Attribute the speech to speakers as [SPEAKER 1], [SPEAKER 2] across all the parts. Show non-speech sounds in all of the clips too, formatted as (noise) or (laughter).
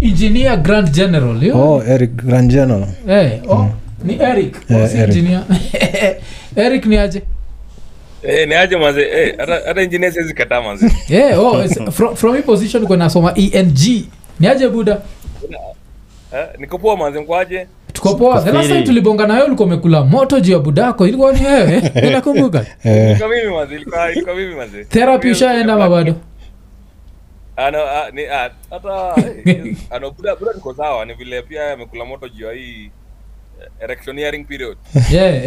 [SPEAKER 1] engineer grand general yo
[SPEAKER 2] oh eric granjeno
[SPEAKER 1] eh, oh, ni eric oh,
[SPEAKER 2] Eh,
[SPEAKER 1] si
[SPEAKER 2] Hmm. Eric.
[SPEAKER 1] engineer (laughs) eric ni aje
[SPEAKER 3] Eh, ni aje manze eh, hata hata engineer siwezi kataa manze
[SPEAKER 1] yeah,
[SPEAKER 2] (laughs)
[SPEAKER 1] oh,
[SPEAKER 3] (laughs)
[SPEAKER 1] it's- from, from hii position uko nasoma eng E ni aje buda
[SPEAKER 3] Eh, niko poa manze mkwaje
[SPEAKER 1] tuko poa the last time
[SPEAKER 4] Safiri.
[SPEAKER 1] tulibonga nayo ulikuwa umekula moto juu ya budako ilikuwa ni wewe
[SPEAKER 2] (laughs)
[SPEAKER 1] eh? nakumbuka
[SPEAKER 2] eh,
[SPEAKER 3] ilikuwa mimi manze ilikuwa ilikuwa mimi manze
[SPEAKER 1] therapy ushaenda ama bado
[SPEAKER 3] ana ah, ni ah, hata
[SPEAKER 1] (laughs)
[SPEAKER 3] eh, ana buda buda niko sawa ni vile pia amekula moto juu ya hii eh, erection hearing period (laughs) Eh,
[SPEAKER 1] yeah.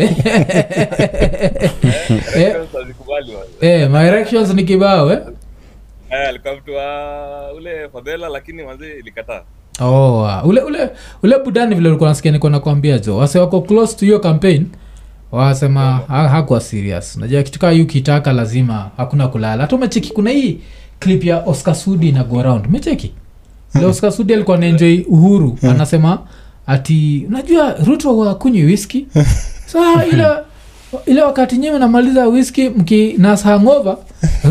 [SPEAKER 1] (laughs) eh,
[SPEAKER 3] Erections hazikubali manze
[SPEAKER 1] eh, my erections ni kibao eh?
[SPEAKER 3] eh alikuwa mtu wa ule fadhela lakini manze ilikataa
[SPEAKER 1] oh, ah, ule ule ule budani vile ulikuwa nasikia niko nakwambia jo wase wako close to hiyo campaign wasema ha, hakuwa serious najua kitu kaa ukitaka lazima hakuna kulala hata umecheki kuna hii clip ya oscar sudi na go around umecheki Ile oscar sudi alikuwa naenjoi uhuru anasema ati unajua ruto wakunywi whisky saa ah, ile ile wakati nyewe namaliza whisky mki nas hangover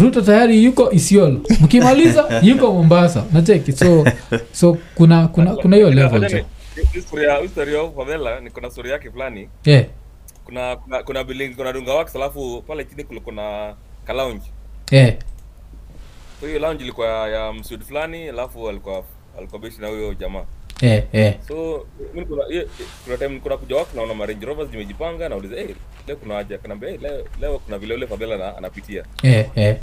[SPEAKER 1] ruto tayari yuko isiolo mkimaliza yuko mombasa nacheki so so kuna kuna kuna hiyo level
[SPEAKER 3] yaani,
[SPEAKER 1] jo
[SPEAKER 3] historia fadhela niko na story yake fulani
[SPEAKER 1] yeah.
[SPEAKER 3] kuna kuna, kuna building kuna dunga wax alafu pale chini kulikuwa na ka lounge
[SPEAKER 1] yeah.
[SPEAKER 3] so hiyo lounge ilikuwa ya, ya msud fulani alafu alikuwa alikuwa bishi na huyo jamaa
[SPEAKER 1] yeah. yeah.
[SPEAKER 3] so mi niko na- ye- kuna time niko nakuja wako naona marange rovers nimejipanga nauliza hey, leo kuna haja akaniambia hey, leo, leo kuna vile ule fabela na, anapitia
[SPEAKER 1] yeah. yeah.
[SPEAKER 3] hey,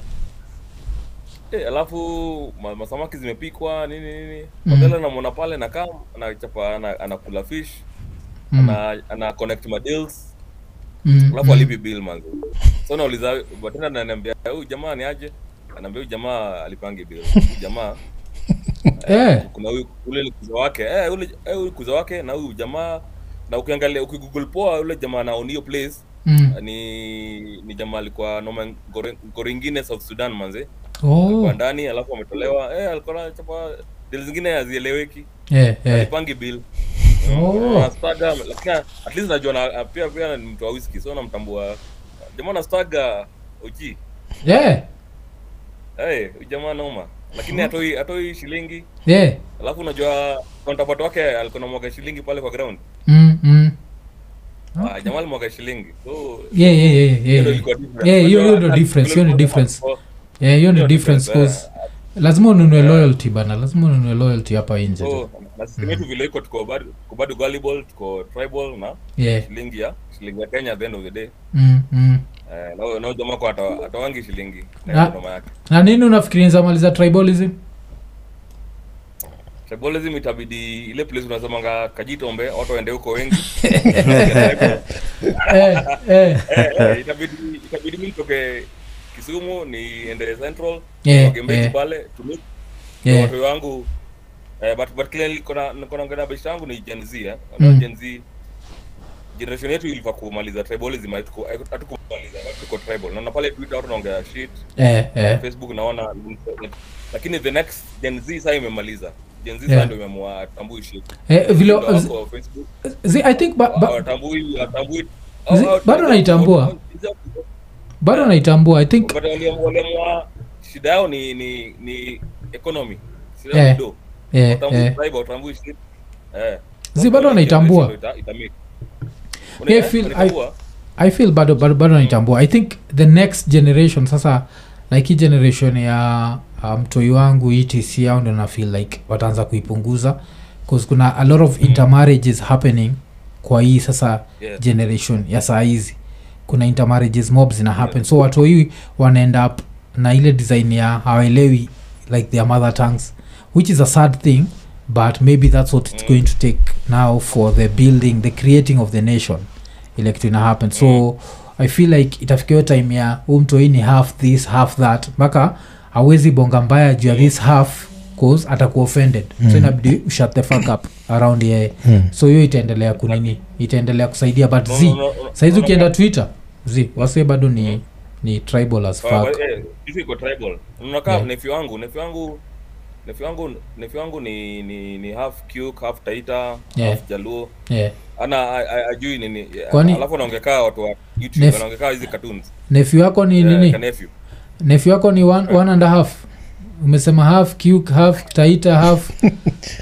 [SPEAKER 3] Eh, alafu ma, masamaki zimepikwa nini nini fabela namwona pale nakaa anachapa ana- anakula fish
[SPEAKER 1] Mm.
[SPEAKER 3] ana, ana connect my deals
[SPEAKER 1] Mm.
[SPEAKER 3] alafu alipi bill manzi so nauliza tena ananiambia "Eh, huyu jamaa ni aje anaambia huyu jamaa alipangi
[SPEAKER 1] (laughs)
[SPEAKER 3] bill huyu jamaa
[SPEAKER 1] mm. yeah.
[SPEAKER 3] kuna huyu ule kuza wake eh ule eh, huyu kuza wake na huyu jamaa na ukiangalia ukigoogle poa ule jamaa na onio place
[SPEAKER 1] Mm.
[SPEAKER 3] ni ni jamaa alikuwa noma goringine South Sudan manze
[SPEAKER 1] Oh.
[SPEAKER 3] kwa ndani alafu ametolewa eh alikuwa na chapa deal zingine hazieleweki
[SPEAKER 1] Yeah, yeah.
[SPEAKER 3] alipangi bill
[SPEAKER 1] Oh.
[SPEAKER 3] anastaga lakini at least najua na uh, pia pia ni mtu wa whisky so namtambua jamaa anastaga oji
[SPEAKER 1] Yeah.
[SPEAKER 3] eh huyu jamaa noma lakini hatoi hatoi shilingi
[SPEAKER 1] Hmm. Yeah.
[SPEAKER 3] alafu unajua counterpart wake alikuwa namwaga shilingi pale kwa ground
[SPEAKER 1] Mm, mm.
[SPEAKER 3] Ah, jamaa alimwaga shilingi so
[SPEAKER 1] Yeah, yeah, yeah,
[SPEAKER 3] hiyo
[SPEAKER 1] yeah,
[SPEAKER 3] ndio
[SPEAKER 1] yeah.
[SPEAKER 3] ilikuwa difference.
[SPEAKER 1] Yeah, hiyo- hiyo
[SPEAKER 3] Unajua,
[SPEAKER 1] ndio
[SPEAKER 3] hata
[SPEAKER 1] difference, hiyo ni
[SPEAKER 3] vile
[SPEAKER 1] difference.
[SPEAKER 3] ulikuwa-
[SPEAKER 1] Yeah, hiyo ni
[SPEAKER 3] Hiyo
[SPEAKER 1] difference
[SPEAKER 3] difference,
[SPEAKER 1] 'cause lazima ununue loyalty bana lazima ununue loyalty hapa inje
[SPEAKER 3] so,
[SPEAKER 1] tu.
[SPEAKER 3] Oh,
[SPEAKER 1] Mm.
[SPEAKER 3] na system yetu vile iko tuko bado tuko bado gullible tuko tribal na
[SPEAKER 1] yeah.
[SPEAKER 3] shilingi ya shilingi ya Kenya at the end of the day
[SPEAKER 1] mm, mm.
[SPEAKER 3] eh na huyo- na huyo jamaa kwa atawa- atawangi shilingi na
[SPEAKER 1] Na-
[SPEAKER 3] hiyo noma yake
[SPEAKER 1] na nini unafikiri nzamaliza tribalism
[SPEAKER 3] tribalism itabidi ile place unasemanga kajitombe watu waende huko wengi
[SPEAKER 1] eh, eh.
[SPEAKER 3] Eh, itabidi itabidi mimi nitoke Kisumu niende Central
[SPEAKER 1] Yeah,
[SPEAKER 3] Magembeni
[SPEAKER 1] yeah.
[SPEAKER 3] pale tumi
[SPEAKER 1] Yeah.
[SPEAKER 3] watu wangu eh, but but clearly kuna kuna ngana bishi yangu ni Gen Z eh Watu
[SPEAKER 1] Mm.
[SPEAKER 3] wa Gen Z generation yetu ilifaa kumaliza tribalism hatuku- hatukumaliza watu tuko tribal naona pale Twitter watu wanaongea shit
[SPEAKER 1] Eh, eh.
[SPEAKER 3] Facebook naona lakini the next Gen Z sasa imemaliza Gen Z
[SPEAKER 1] Yeah.
[SPEAKER 3] sasa ndio imeamua tambui shit
[SPEAKER 1] Eh, vile-
[SPEAKER 3] Ndio wako Facebook
[SPEAKER 1] zi- i think ba, ba,
[SPEAKER 3] watambui watambui
[SPEAKER 1] Zi- bado naitambua. bado naitambua i think
[SPEAKER 3] But waliam- waliamua shida yao ni ni ni economy Shida
[SPEAKER 1] Eh,
[SPEAKER 3] yao ni do.
[SPEAKER 1] eh,
[SPEAKER 3] Watambui
[SPEAKER 1] eh.
[SPEAKER 3] tribe, watambui shit. Eh.
[SPEAKER 1] Zi, bado
[SPEAKER 3] Watu
[SPEAKER 1] wanaitambua.
[SPEAKER 3] ita- itamit.
[SPEAKER 1] Yeah, feel- I-
[SPEAKER 3] Wanaitambua.
[SPEAKER 1] i feel bado bado, bado naitambua i think the next generation sasa like hii generation ya uh, mtoi wangu etc au ndo na feel like wataanza kuipunguza bcause kuna a lot of intermarriages happening kwa hii sasa
[SPEAKER 3] Yeah.
[SPEAKER 1] generation ya saa hizi kuna intermarriages mob zina happen so watoi wanaenda up na ile design ya hawaelewi like their mother tongues which is a sad thing but maybe that's what it's
[SPEAKER 3] Mm.
[SPEAKER 1] going to take now for the building the creating of the nation ile kitu ina happen so i feel like itafika hiyo time ya huu mtoi ni half this half that mpaka awezi bonga mbaya juu ya this half cause atakuwa offended so inabidi ushut the fuck up around yeye so hiyo itaendelea kunini itaendelea kusaidia but
[SPEAKER 3] No,
[SPEAKER 1] z
[SPEAKER 3] no, no, no,
[SPEAKER 1] saizi
[SPEAKER 3] no,
[SPEAKER 1] ukienda twitter z wase bado ni ni tribal as
[SPEAKER 3] Ah, but,
[SPEAKER 1] fuck
[SPEAKER 3] eh, sisi iko tribal. Unakaa
[SPEAKER 1] Yeah.
[SPEAKER 3] nephew wangu, nephew wangu nephew wangu nephew wangu ni ni ni half Kikuyu, half Taita,
[SPEAKER 1] Yeah.
[SPEAKER 3] half Jaluo.
[SPEAKER 1] yeah.
[SPEAKER 3] Ana a- a- ajui nini.
[SPEAKER 1] Kwani-
[SPEAKER 3] Alafu anaongea kaa watu wa YouTube,
[SPEAKER 1] Nephew-
[SPEAKER 3] anaongea kaa hizi cartoons.
[SPEAKER 1] nefi wako ni
[SPEAKER 3] Eh,
[SPEAKER 1] nini
[SPEAKER 3] ka nephew.
[SPEAKER 1] nefi wako ni one, one and a half umesema half cuk half taita half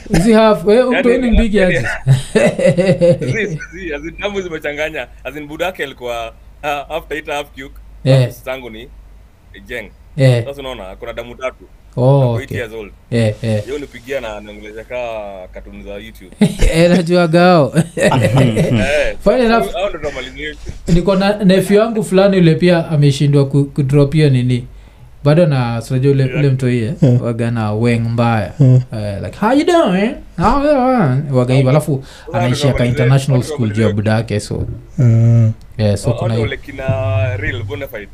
[SPEAKER 1] hizi half we,
[SPEAKER 3] Yaani,
[SPEAKER 1] upeeni mbigi aje (laughs)
[SPEAKER 3] Zi- zi- as in yaani, damu zimechanganya as in budake alikuwa ah, half taita half cuk
[SPEAKER 1] Eh.
[SPEAKER 3] Half zangu ni jeng
[SPEAKER 1] Eh,
[SPEAKER 3] sasa unaona kuna damu tatu
[SPEAKER 1] oh,
[SPEAKER 3] ako eight
[SPEAKER 1] okay.
[SPEAKER 3] years old
[SPEAKER 1] Eh, eh.
[SPEAKER 3] yeye unipigia na naongelesha kaa katuni za youtube
[SPEAKER 1] (laughs) Eh,
[SPEAKER 3] (laughs)
[SPEAKER 1] najuagao
[SPEAKER 3] Eh,
[SPEAKER 1] Funny
[SPEAKER 3] so,
[SPEAKER 1] enough-
[SPEAKER 3] hao ndo tunamalizia.
[SPEAKER 1] niko na nefyu yangu fulani yule pia ameshindwa ku- kudrop hiyo nini bado na sinaja ule, ule mtoie waga na weng mbaya Eh, like how you doing How you doing?" waga hivyo alafu anaishia ka international school juu ya budake so
[SPEAKER 2] Mm.
[SPEAKER 1] yeah, so
[SPEAKER 3] Hao- hao
[SPEAKER 1] kuna
[SPEAKER 3] ndo
[SPEAKER 1] hiyo
[SPEAKER 3] wale kina real bonafide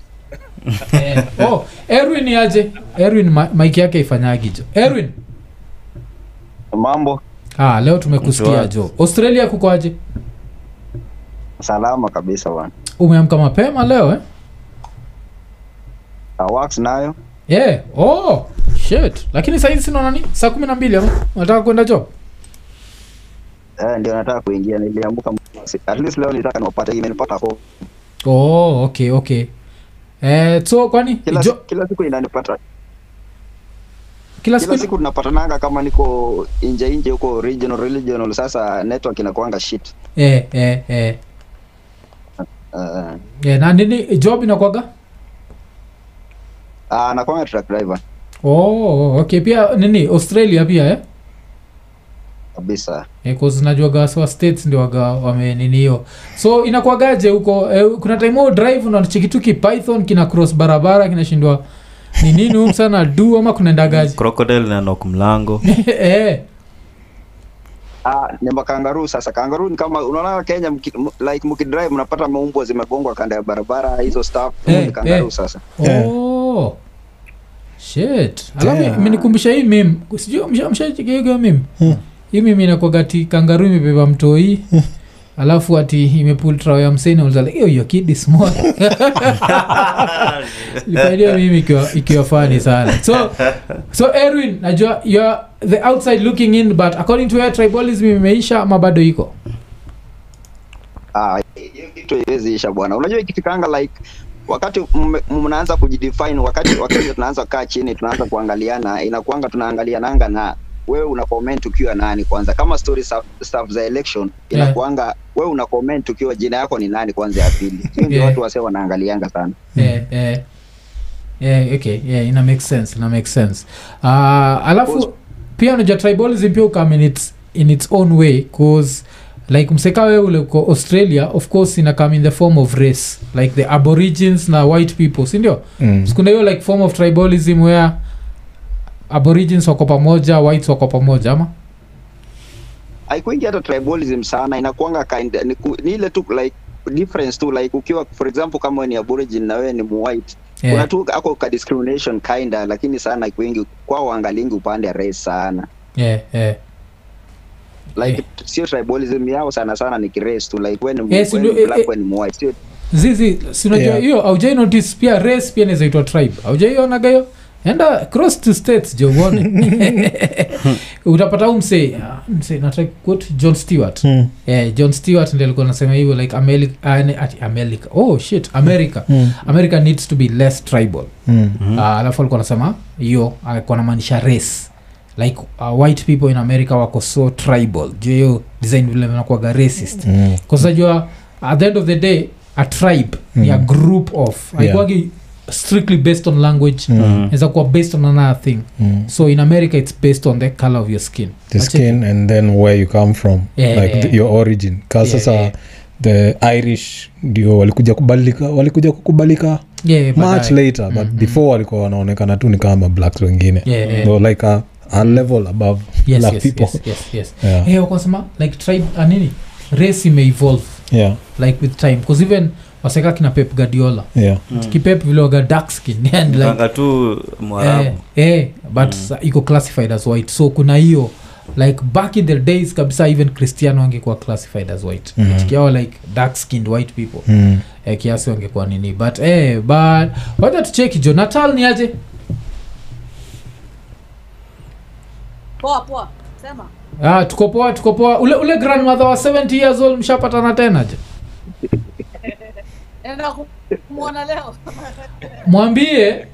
[SPEAKER 1] Eh, oh, erwin aje erwin ma- mike yake ifanyagi jo erwin
[SPEAKER 4] mambo
[SPEAKER 1] ah, leo tumekusikia
[SPEAKER 2] Mtoa.
[SPEAKER 1] jo australia kukoaje
[SPEAKER 4] salama kabisa bwana
[SPEAKER 1] umeamka mapema leo eh?
[SPEAKER 4] Ah, wax nayo
[SPEAKER 1] yeah. oh, shit lakini sahizi sina nani saa kumi na mbili ama unataka kwenda job
[SPEAKER 4] eh, ndio nataka kuingia niliamka mapema. at least leo nitaka niwapate imenipata ho
[SPEAKER 1] oh, okay okay eh, so kwani
[SPEAKER 4] kila,
[SPEAKER 1] jo,
[SPEAKER 4] kila siku inanipata
[SPEAKER 1] kila
[SPEAKER 4] kila
[SPEAKER 1] siku
[SPEAKER 4] siku tunapatananga kama niko nje nje huko regional regional sasa network inakuanga shit
[SPEAKER 1] eh, eh, eh.
[SPEAKER 4] uh,
[SPEAKER 1] Eh, na nini job inakwaga
[SPEAKER 4] uh, nakuanga truck driver
[SPEAKER 1] oh, okay pia nini australia pia eh?
[SPEAKER 4] kabisa
[SPEAKER 1] Eh, 'cause najuaga wasi wa states ndio waga wamenini hiyo so inakwagaje huko eh, kuna time huo drive unachikituki python kina cross barabara kinashindwa ni nini huyu msana du ama kunaendagaje
[SPEAKER 2] crocodile na nok mlango
[SPEAKER 1] (laughs) eh,
[SPEAKER 4] Ah, ni makangaruu sasa kangaruu ni kama unaona kenya mki, m, like mkidrive mnapata maumbwa zimegongwa kando ya barabara hizo staff
[SPEAKER 1] Eh,
[SPEAKER 4] ni kangaruu
[SPEAKER 1] eh.
[SPEAKER 4] sasa
[SPEAKER 2] Yeah.
[SPEAKER 1] oh. shit alafu
[SPEAKER 2] Damn. Hmm.
[SPEAKER 1] imenikumbusha hii mim sijui mshaikiga mim hii mimi inakwaga ati kangaru imebeba mtoi alafu ati imepul trao ya mseni ulizala hiyo hiyo kid is
[SPEAKER 2] (laughs)
[SPEAKER 1] small (laughs) lipaidia mimi ikiwa, ikiwa fani sana so so erwin najua youare the outside looking in but according to your tribalism imeisha ama bado iko
[SPEAKER 4] Ah, hiyo kitu haiwezi isha bwana unajua ikifikanga like wakati mme- mnaanza kujidefine wakati wakati tunaanza kukaa chini tunaanza kuangaliana inakuanga tunaangaliananga na wewe una comment ukiwa nani kwanza kama story stuff, stuff za election
[SPEAKER 1] Yeah.
[SPEAKER 4] inakuanga wewe una comment ukiwa jina yako ni nani kwanza ya pili hiyo ndio
[SPEAKER 1] Yeah.
[SPEAKER 4] watu wase wanaangalianga sana
[SPEAKER 1] eh, eh, eh, okay yeah, ina make sense ina make sense uh,
[SPEAKER 4] Course.
[SPEAKER 1] alafu pia unajua tribalism pia ukam in its, in its own way cause like mseka wewe ule uko australia of course ina come in the form of race like the aborigines na white people sindio
[SPEAKER 2] Mm.
[SPEAKER 1] kuna hiyo like form of tribalism where aborigines wako pamoja whites wako pamoja ama
[SPEAKER 4] haikuingi hata tribalism sana inakuanga kind, ni, ku- ni ile tu like difference tu like ukiwa for example kama wewe ni aborigin na wewe ni muwhite
[SPEAKER 1] Eh,
[SPEAKER 4] kuna tu ako ka discrimination kinda lakini sana kwingi kwa waangalingi upande race sana
[SPEAKER 1] eh, eh.
[SPEAKER 4] like t- sio tribalism yao sana sana ni kirace tu like when
[SPEAKER 1] Yes,
[SPEAKER 4] when
[SPEAKER 1] you know, eh,
[SPEAKER 4] black when white sio
[SPEAKER 1] zizi sinajua
[SPEAKER 2] Yeah.
[SPEAKER 1] hiyo yeah. aujai notice pia race pia inazaitwa tribe aujaionaga hiyo enda cross to states jo uone utapata huu msee ah, msee nataka quote john stewart
[SPEAKER 2] Mm.
[SPEAKER 1] eh, john stewart ndi alikuwa anasema hivyo like america, ati america oh shit america
[SPEAKER 2] Mm.
[SPEAKER 1] america needs to be less tribal
[SPEAKER 2] Mm.
[SPEAKER 1] mm. uh, alafu alikuwa anasema hiyo alikuwa anamaanisha race like uh, white people in america wako so tribal juu hiyo design vile vinakuwaga racist
[SPEAKER 2] Mm.
[SPEAKER 1] kasajua at the end of the day a tribe mm. ni a
[SPEAKER 2] Mm.
[SPEAKER 1] group of
[SPEAKER 2] Yeah.
[SPEAKER 1] haikuwagi strictly based on language
[SPEAKER 2] Mm.
[SPEAKER 1] inaweza kuwa based on another thing
[SPEAKER 2] Mm.
[SPEAKER 1] so in america it's based on the color of your skin
[SPEAKER 2] (laughs) the
[SPEAKER 1] Acheki.
[SPEAKER 2] skin and then where you come from
[SPEAKER 1] Yeah,
[SPEAKER 2] like
[SPEAKER 1] yeah.
[SPEAKER 2] th- your origin ka
[SPEAKER 1] Yeah,
[SPEAKER 2] sasa
[SPEAKER 1] yeah.
[SPEAKER 2] the irish ndio walikuja kubalika walikuja kukubalika
[SPEAKER 1] yeah,
[SPEAKER 2] much
[SPEAKER 1] baadaye.
[SPEAKER 2] later but
[SPEAKER 1] Mhm.
[SPEAKER 2] before walikuwa wanaonekana tu ni kama blacks wengine
[SPEAKER 1] Yeah, yeah.
[SPEAKER 2] They were like a, a level above
[SPEAKER 1] Yes,
[SPEAKER 2] black
[SPEAKER 1] yes,
[SPEAKER 2] people
[SPEAKER 1] yes, yes, yes.
[SPEAKER 2] (laughs) yeah.
[SPEAKER 1] Eh, wakasema like tribe ah, nini race ime evolve
[SPEAKER 2] yeah
[SPEAKER 1] like with time because even waseka kina pep gadiola
[SPEAKER 2] yeah
[SPEAKER 1] kipep viloga dark skin (laughs) and like
[SPEAKER 5] mkanga tu
[SPEAKER 1] eh,
[SPEAKER 5] mwarabu Mm.
[SPEAKER 1] eh, but sa- iko classified as white so kuna hiyo like back in the days kabisa even cristiano angekuwa classified as white
[SPEAKER 2] Mhm.
[SPEAKER 1] kiao like dark skinned white people
[SPEAKER 2] Mm.
[SPEAKER 1] eh, kiasi wangekuwa nini but eh, but wacha tucheki jo natal ni aje
[SPEAKER 6] poa poa sema
[SPEAKER 1] ah, tuko poa tuko poa ule, ule grandmother wa 70 years old mshapatana tena je
[SPEAKER 6] naenda kumwona leo
[SPEAKER 1] mwambie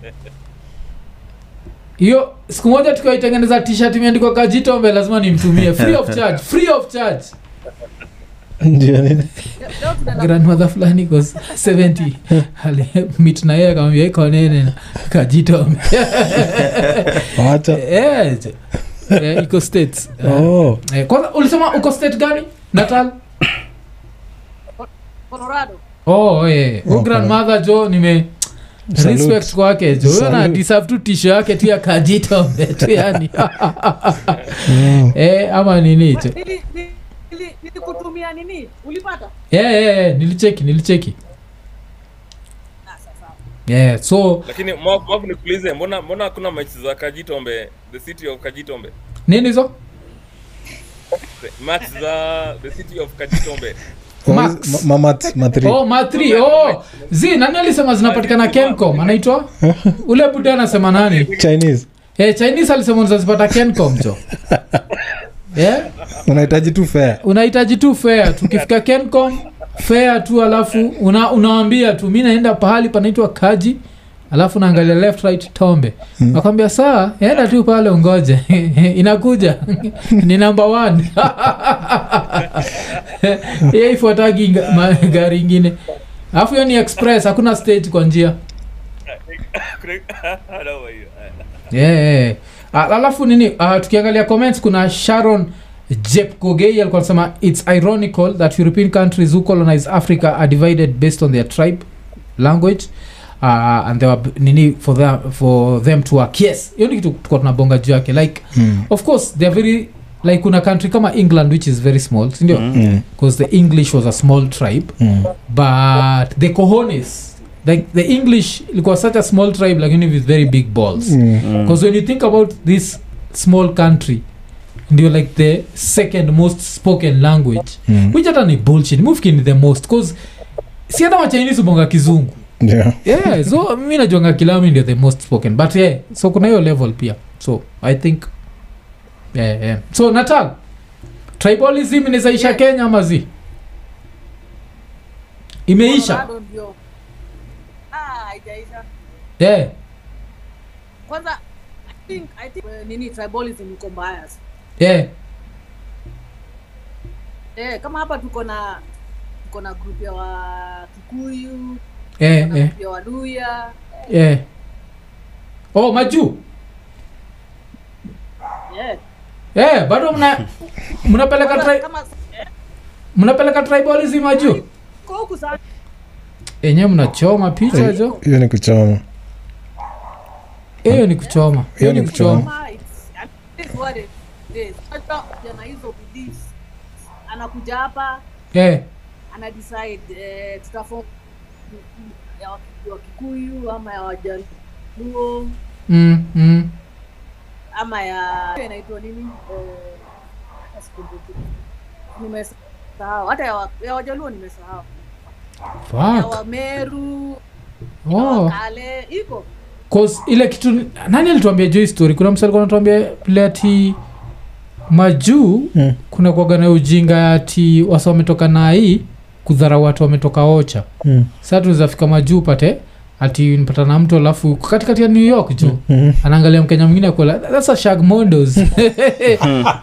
[SPEAKER 1] hiyo siku moja tukiwaitengeneza t-shirt imeandikwa kajitombe lazima nimtumie free of charge free of charge
[SPEAKER 2] Ndio
[SPEAKER 1] (laughs)
[SPEAKER 2] nini?
[SPEAKER 6] Leo tunala-
[SPEAKER 1] grandmother fulani iko 70 alimit na yeye akamwambia iko nene kajitombe
[SPEAKER 2] Wacha.
[SPEAKER 1] Eh, je. Eh, iko states Eh,
[SPEAKER 2] Oh,
[SPEAKER 1] eh, (laughs) kwanza ulisema uko state gani natal
[SPEAKER 6] Colorado.
[SPEAKER 1] oh eh. Huyu
[SPEAKER 2] Okay.
[SPEAKER 1] grandmother jo nime
[SPEAKER 2] Salute.
[SPEAKER 1] respect kwake jo huyo na
[SPEAKER 2] Salute.
[SPEAKER 1] deserve tu tisho yake tu ya kajitombe tu
[SPEAKER 2] (laughs)
[SPEAKER 1] yani
[SPEAKER 2] mm.
[SPEAKER 1] eh, ama nini cho
[SPEAKER 6] Nili- nili- nili- nilikutumia nini ulipata
[SPEAKER 1] yeah, yeah, yeah, nilicheki nilicheki
[SPEAKER 6] Ah, sasa.
[SPEAKER 1] yeah, so
[SPEAKER 3] lakini Mob- Mob nikuulize mbona mbona hakuna mechi za kajitombe the city of kajitombe
[SPEAKER 1] nini hizo
[SPEAKER 3] match za the city of kajitombe
[SPEAKER 1] Max.
[SPEAKER 2] Ma- ma- mat- matri.
[SPEAKER 1] oh, matri oh. zi nani alisema zinapatikana kencom anaitwa ule buda anasema nani
[SPEAKER 2] Chinese.
[SPEAKER 1] eh, chinese alisema unazazipata kencom jo Eh? yeah?
[SPEAKER 2] unahitaji tu fea
[SPEAKER 1] unahitaji tu fea tukifika kencom fea tu alafu una, unawambia tu mi naenda pahali panaitwa kaji alafu naangalia left right tombe mm. nakwambia saa enda tu pale ungoje (laughs) inakuja (laughs) ni namba one (laughs) ye ifuatagi nga- ma- gari ingine alafu hiyo ni express hakuna stage kwa njia
[SPEAKER 3] Ndio hiyo.
[SPEAKER 1] yeah, yeah. Ah, alafu nini ah, tukiangalia comments kuna sharon jepkogei alikuwa anasema its ironical that european countries who colonize africa are divided based on their tribe language uh, and they were b- nini for them, for them to work yes hiyo ni kitu tukuwa tunabonga juu yake like
[SPEAKER 2] Mm.
[SPEAKER 1] of course they're very like kuna country kama england which is very small sindio
[SPEAKER 5] Mm.
[SPEAKER 2] Mm.
[SPEAKER 1] because the english was a small tribe
[SPEAKER 2] Mm.
[SPEAKER 1] but the cohones like the english ilikuwa such a small tribe lakini with very big balls
[SPEAKER 2] Mm.
[SPEAKER 5] Mm.
[SPEAKER 1] because when you think about this small country ndio like the second most spoken language
[SPEAKER 2] Mm.
[SPEAKER 1] which hata ni bullshit mufkin the most cause si hata wachinese ubonga kizungu
[SPEAKER 2] Yeah.
[SPEAKER 1] yeah so (laughs) mi najuanga kilami ndio the most spoken but yeah so kuna hiyo level pia so i think yeah, yeah. so natal tribalism inawezaisha
[SPEAKER 6] Yeah.
[SPEAKER 1] kenya ama zi imeisha
[SPEAKER 6] Colorado ndio Ah, haijaisha
[SPEAKER 1] yeah.
[SPEAKER 6] kwanza I think, I think, eh, nini tribalism iko mbaya
[SPEAKER 1] Yeah.
[SPEAKER 6] eh, kama hapa tuko na tuko na group ya wa kikuyu tuko
[SPEAKER 1] Yeah,
[SPEAKER 6] na
[SPEAKER 1] yeah.
[SPEAKER 6] group ya waluya
[SPEAKER 1] Yeah. oh majuu
[SPEAKER 6] eh.
[SPEAKER 1] Eh, bado mna mnapeleka
[SPEAKER 6] Kama-
[SPEAKER 1] tri-
[SPEAKER 6] kama
[SPEAKER 1] mnapeleka tribalism aju
[SPEAKER 6] ko huku sana
[SPEAKER 1] enyewe mnachoma picha jo
[SPEAKER 2] hiyo ni kuchoma
[SPEAKER 1] hiyo ni kuchoma hiyo ni Yaani kuchoma
[SPEAKER 6] kama it's- I mean, it is what it is. Hata jana hizo beliefs anakuja hapa
[SPEAKER 1] Eh,
[SPEAKER 6] ana decide eh, tutafo ya Waki- ya Wakikuyu ama ya Wajaluo
[SPEAKER 1] mm, mm.
[SPEAKER 6] ama ya inaitwa nini Eh, hata sikumbuki. nimesahau hata ya, wa- ya Wajaluo nimesahau ya
[SPEAKER 1] Fuck.
[SPEAKER 6] Wameru ya
[SPEAKER 1] Oh.
[SPEAKER 6] Wakale iko
[SPEAKER 1] 'Cause ile kitu nani alituambia juu hii story kuna msali anatuambia vile ati majuu
[SPEAKER 2] Mm.
[SPEAKER 1] kuna kuaga na ujinga ati wasa wametoka na hii kudharau watu wametoka ocha
[SPEAKER 2] Mm.
[SPEAKER 1] saa tunawezafika majuu pate ati nipata na mtu alafu katikati ya new york juu
[SPEAKER 2] Mhm.
[SPEAKER 1] anaangalia mkenya mwingine akola thats a shag
[SPEAKER 2] (laughs)
[SPEAKER 1] mondos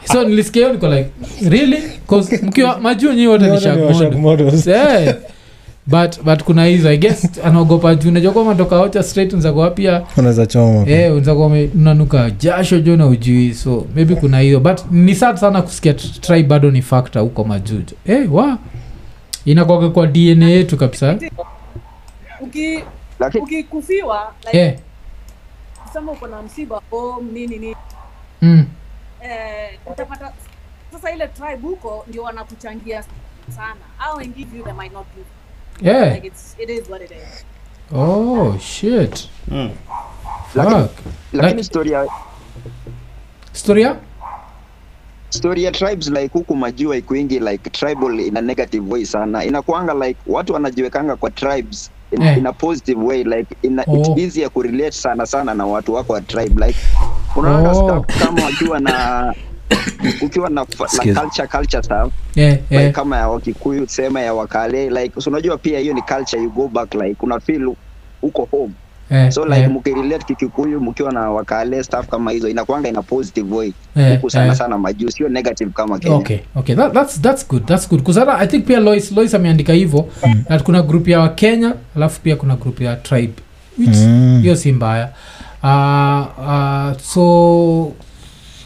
[SPEAKER 1] so nilisikia hiyo niko like really 'Cause mkiwa majuu nyi wote ni
[SPEAKER 2] Wote
[SPEAKER 1] shag
[SPEAKER 2] ni wa Shag
[SPEAKER 1] mondos
[SPEAKER 2] Models.
[SPEAKER 1] (laughs) Eh. but but kuna hizo i guess anaogopa juu najua kuwa matoka ocha straight nzakuwa pia
[SPEAKER 2] unaweza choma
[SPEAKER 1] eh, unzakuwa unanuka jasho jo na ujui so maybe kuna hiyo but ni sad sana kusikia tr- tribe bado ni factor huko majujo eh, wa inakwaga kwa dna yetu kabisa
[SPEAKER 6] uki
[SPEAKER 4] lakini
[SPEAKER 6] ukikufiwa like,
[SPEAKER 1] eh,
[SPEAKER 6] kusema uko na msiba home nini nini
[SPEAKER 1] mm.
[SPEAKER 6] eh, utapata sasa ile tribe huko ndio wanakuchangia sana au wengine you they might not do
[SPEAKER 1] yeah.
[SPEAKER 6] like it's, it is what it is
[SPEAKER 1] oh shit
[SPEAKER 5] Mm.
[SPEAKER 4] lakini,
[SPEAKER 1] Fuck.
[SPEAKER 4] lakini
[SPEAKER 1] Like-
[SPEAKER 4] story ya
[SPEAKER 1] storia
[SPEAKER 4] story ya tribes like huku majua ikuingi like tribal ina negative way sana inakuanga like watu wanajiwekanga kwa tribes in,
[SPEAKER 1] Eh.
[SPEAKER 4] in a positive way like ina,
[SPEAKER 1] Oh.
[SPEAKER 4] it's easy ya kurelate sana sana na watu wako wa tribe like unaona
[SPEAKER 1] Oh.
[SPEAKER 4] stuff kama wakiwa na ukiwa na fa-
[SPEAKER 5] Excuse me.
[SPEAKER 4] na culture culture stuff
[SPEAKER 1] yeah,
[SPEAKER 4] like
[SPEAKER 1] yeah.
[SPEAKER 4] kama ya wakikuyu sema ya wakale like so unajua pia hiyo ni culture you go back like una feel uko home
[SPEAKER 1] Eh,
[SPEAKER 4] so like
[SPEAKER 1] eh,
[SPEAKER 4] mkirelate kikikuyu mkiwa na wakale stuff kama hizo inakwanga ina positive way
[SPEAKER 1] eh,
[SPEAKER 4] huku sana
[SPEAKER 1] eh.
[SPEAKER 4] sana majuu sio negative kama kenya
[SPEAKER 1] okay okay that, that's, that's good that's good kuzana i think pia lois lois ameandika hivyo mm. that kuna group ya wakenya alafu pia kuna group ya tribe which
[SPEAKER 2] Mm.
[SPEAKER 1] hiyo si mbaya uh, uh, so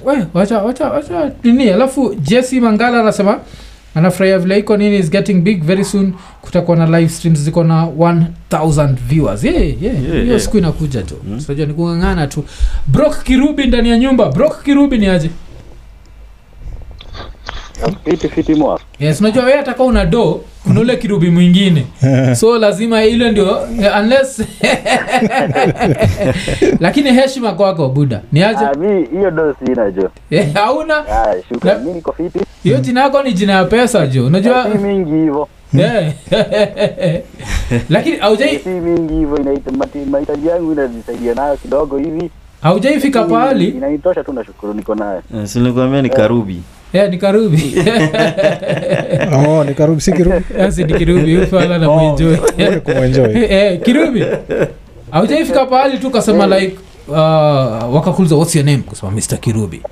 [SPEAKER 1] we wacha wacha wacha nini alafu jesse mangala anasema anafurahia vile iko nini is getting big very soon kutakuwa na live streams ziko na 1000 viewers yeah, yeah. hiyo
[SPEAKER 5] yeah.
[SPEAKER 1] siku inakuja jo mm. sinajua ni kung'ang'ana tu brok kirubi ndani ya nyumba brok kirubi ni aje
[SPEAKER 7] fiti fiti mwa
[SPEAKER 1] yes unajua wewe ataka una do kuna ule kirubi mwingine so lazima ile ndio unless (laughs) lakini heshima kwako buda ni aje
[SPEAKER 7] Ah, mi hiyo do sina jo
[SPEAKER 1] Eh, hauna
[SPEAKER 7] Ah,
[SPEAKER 1] Na-
[SPEAKER 7] shukran mi niko fiti
[SPEAKER 1] hiyo jina yako ni jina ya pesa jo unajua
[SPEAKER 7] si mingi hivyo
[SPEAKER 1] (laughs) Eh. lakini haujai-
[SPEAKER 7] si mingi hivyo inaita- mati- mahitaji yangu inajisaidia nayo kidogo hivi
[SPEAKER 1] haujaifika pahali
[SPEAKER 7] inaitosha tu nashukuru
[SPEAKER 1] (laughs)
[SPEAKER 7] niko nayo
[SPEAKER 5] Eh, si nilikwambia ni karubi
[SPEAKER 1] Eh, ni karubi
[SPEAKER 7] (laughs)
[SPEAKER 2] oh, ni karubi si kirubi
[SPEAKER 1] (laughs)
[SPEAKER 2] Oh,
[SPEAKER 1] asi ni kirubi ufala na mwenjoy
[SPEAKER 2] (laughs) Wewe kumwenjoy.
[SPEAKER 1] Eh, kirubi aujaifika pahali tu kasema like uh, wakakuliza what's your name kusema mr kirubi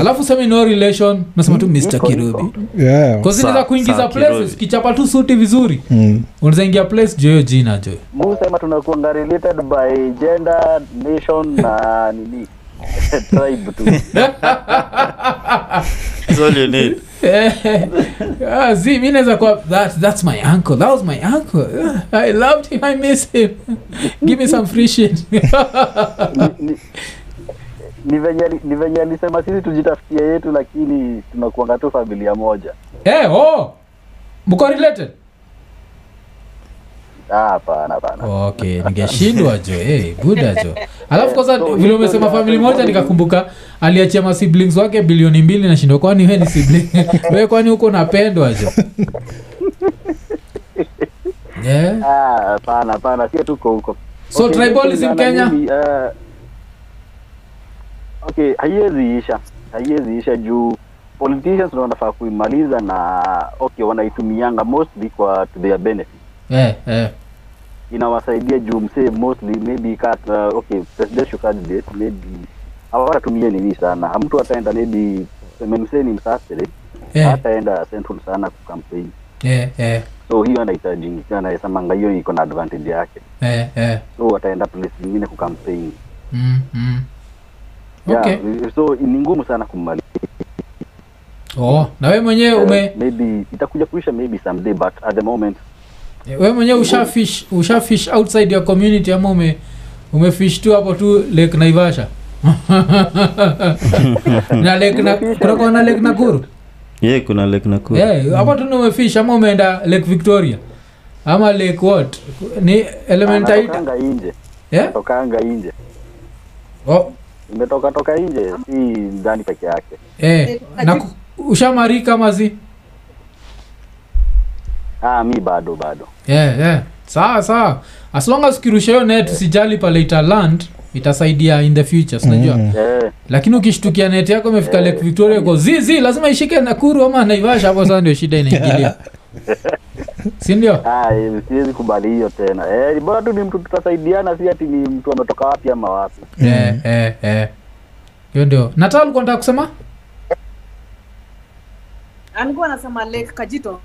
[SPEAKER 1] alafu sema no relation nasema tu mr kirubi
[SPEAKER 2] Yeah.
[SPEAKER 1] kazinaweza
[SPEAKER 5] Sawa,
[SPEAKER 1] kuingiza
[SPEAKER 5] sawa,
[SPEAKER 1] places
[SPEAKER 5] Kirubi.
[SPEAKER 1] kichapa tu suti vizuri
[SPEAKER 2] Mm.
[SPEAKER 1] unaweza ingia place joyo jina joyo
[SPEAKER 7] musema tunakuanga related by gender nation na nini (laughs) tribe
[SPEAKER 1] (laughs)
[SPEAKER 7] tu
[SPEAKER 5] (laughs) That's all you need.
[SPEAKER 1] (laughs) Ah, zi mi naweza kuwa that, that's my uncle that was my uncle Ah, i loved him i miss him (laughs) give me some free shit (laughs)
[SPEAKER 7] Ni- ni- ni venye ali- ni venye alisema sisi tujitafutie yetu lakini tunakuanga tu familia moja
[SPEAKER 1] eh oh mko related
[SPEAKER 7] Ah, hapana hapana
[SPEAKER 1] okay ningeshindwa Eh, jo hey, buda jo ah, alafu kwanza
[SPEAKER 7] so
[SPEAKER 1] vile umesema
[SPEAKER 7] hiyo
[SPEAKER 1] famili
[SPEAKER 7] ndio-
[SPEAKER 1] moja nikakumbuka aliachia masiblings wake bilioni mbili nashindwa kwani we ni sibling (laughs) we kwani huko napendwa jo yeah.
[SPEAKER 7] Ah, hapana hapana sio tuko huko
[SPEAKER 1] So
[SPEAKER 7] Okay,
[SPEAKER 1] tribalism
[SPEAKER 7] kulingana
[SPEAKER 1] Kenya?
[SPEAKER 7] mimi, eh, okay haiwezi isha haiwezi isha juu politicians ndio wanafaa kuimaliza na okay wanaitumianga mostly kwa to their benefit
[SPEAKER 1] Eh, eh.
[SPEAKER 7] inawasaidia juu msee mostly maybe kat, uh, okay presidential candidate maybe hawatatumia nini sana mtu ataenda maybe tuseme msee ni msafiri
[SPEAKER 1] Eh,
[SPEAKER 7] hataenda central sana kukampeni
[SPEAKER 1] eh, eh,
[SPEAKER 7] so hiyo anahitaji anasemanga hiyo iko na advantage yake
[SPEAKER 1] eh, eh.
[SPEAKER 7] so wataenda place nyingine kukampeni
[SPEAKER 1] Mm, mm. Okay.
[SPEAKER 7] yeah, so ni ngumu sana kumaliza
[SPEAKER 1] Oh, na we mwenyewe ume
[SPEAKER 7] maybe itakuja kuisha maybe someday but at the moment
[SPEAKER 1] we mwenyewe ushafish ushafish outside ya community ama ume umefish tu hapo tu lake naivasha (laughs) (laughs) na lake na kunakuwa na lake nakuru
[SPEAKER 5] Ye, kuna lake Nakuru.
[SPEAKER 1] Eh, hapo tu ndio umefish ama umeenda lake victoria ama lake what ni
[SPEAKER 7] Ah,
[SPEAKER 1] elementaita
[SPEAKER 7] anatokanga nje
[SPEAKER 1] yeah?
[SPEAKER 7] tokanga nje
[SPEAKER 1] oh,
[SPEAKER 7] imetoka toka nje si ndani peke yake
[SPEAKER 1] eh, na ku- ushamarika mazi
[SPEAKER 7] ah mi bado bado
[SPEAKER 1] yeah, yeah. sawa sawa as long as ukirusha hiyo net usijali pale italand itasaidia in the future sinajua
[SPEAKER 2] Mm.
[SPEAKER 7] eh,
[SPEAKER 1] lakini ukishtukia net yako imefika lake victoria uko zizi lazima ishike nakuru ama naivasha hapo sasa ndio shida inaingilia sindio
[SPEAKER 7] ah, eh, siwezi kubali hiyo tena eh, ni bora tu ni mtu tutasaidiana si ati ni mtu ametoka wapi ama wapi
[SPEAKER 1] Eh, eh, eh. hiyo ndio nataa likuwa nataka kusema
[SPEAKER 6] alikuwa anasema lake kajito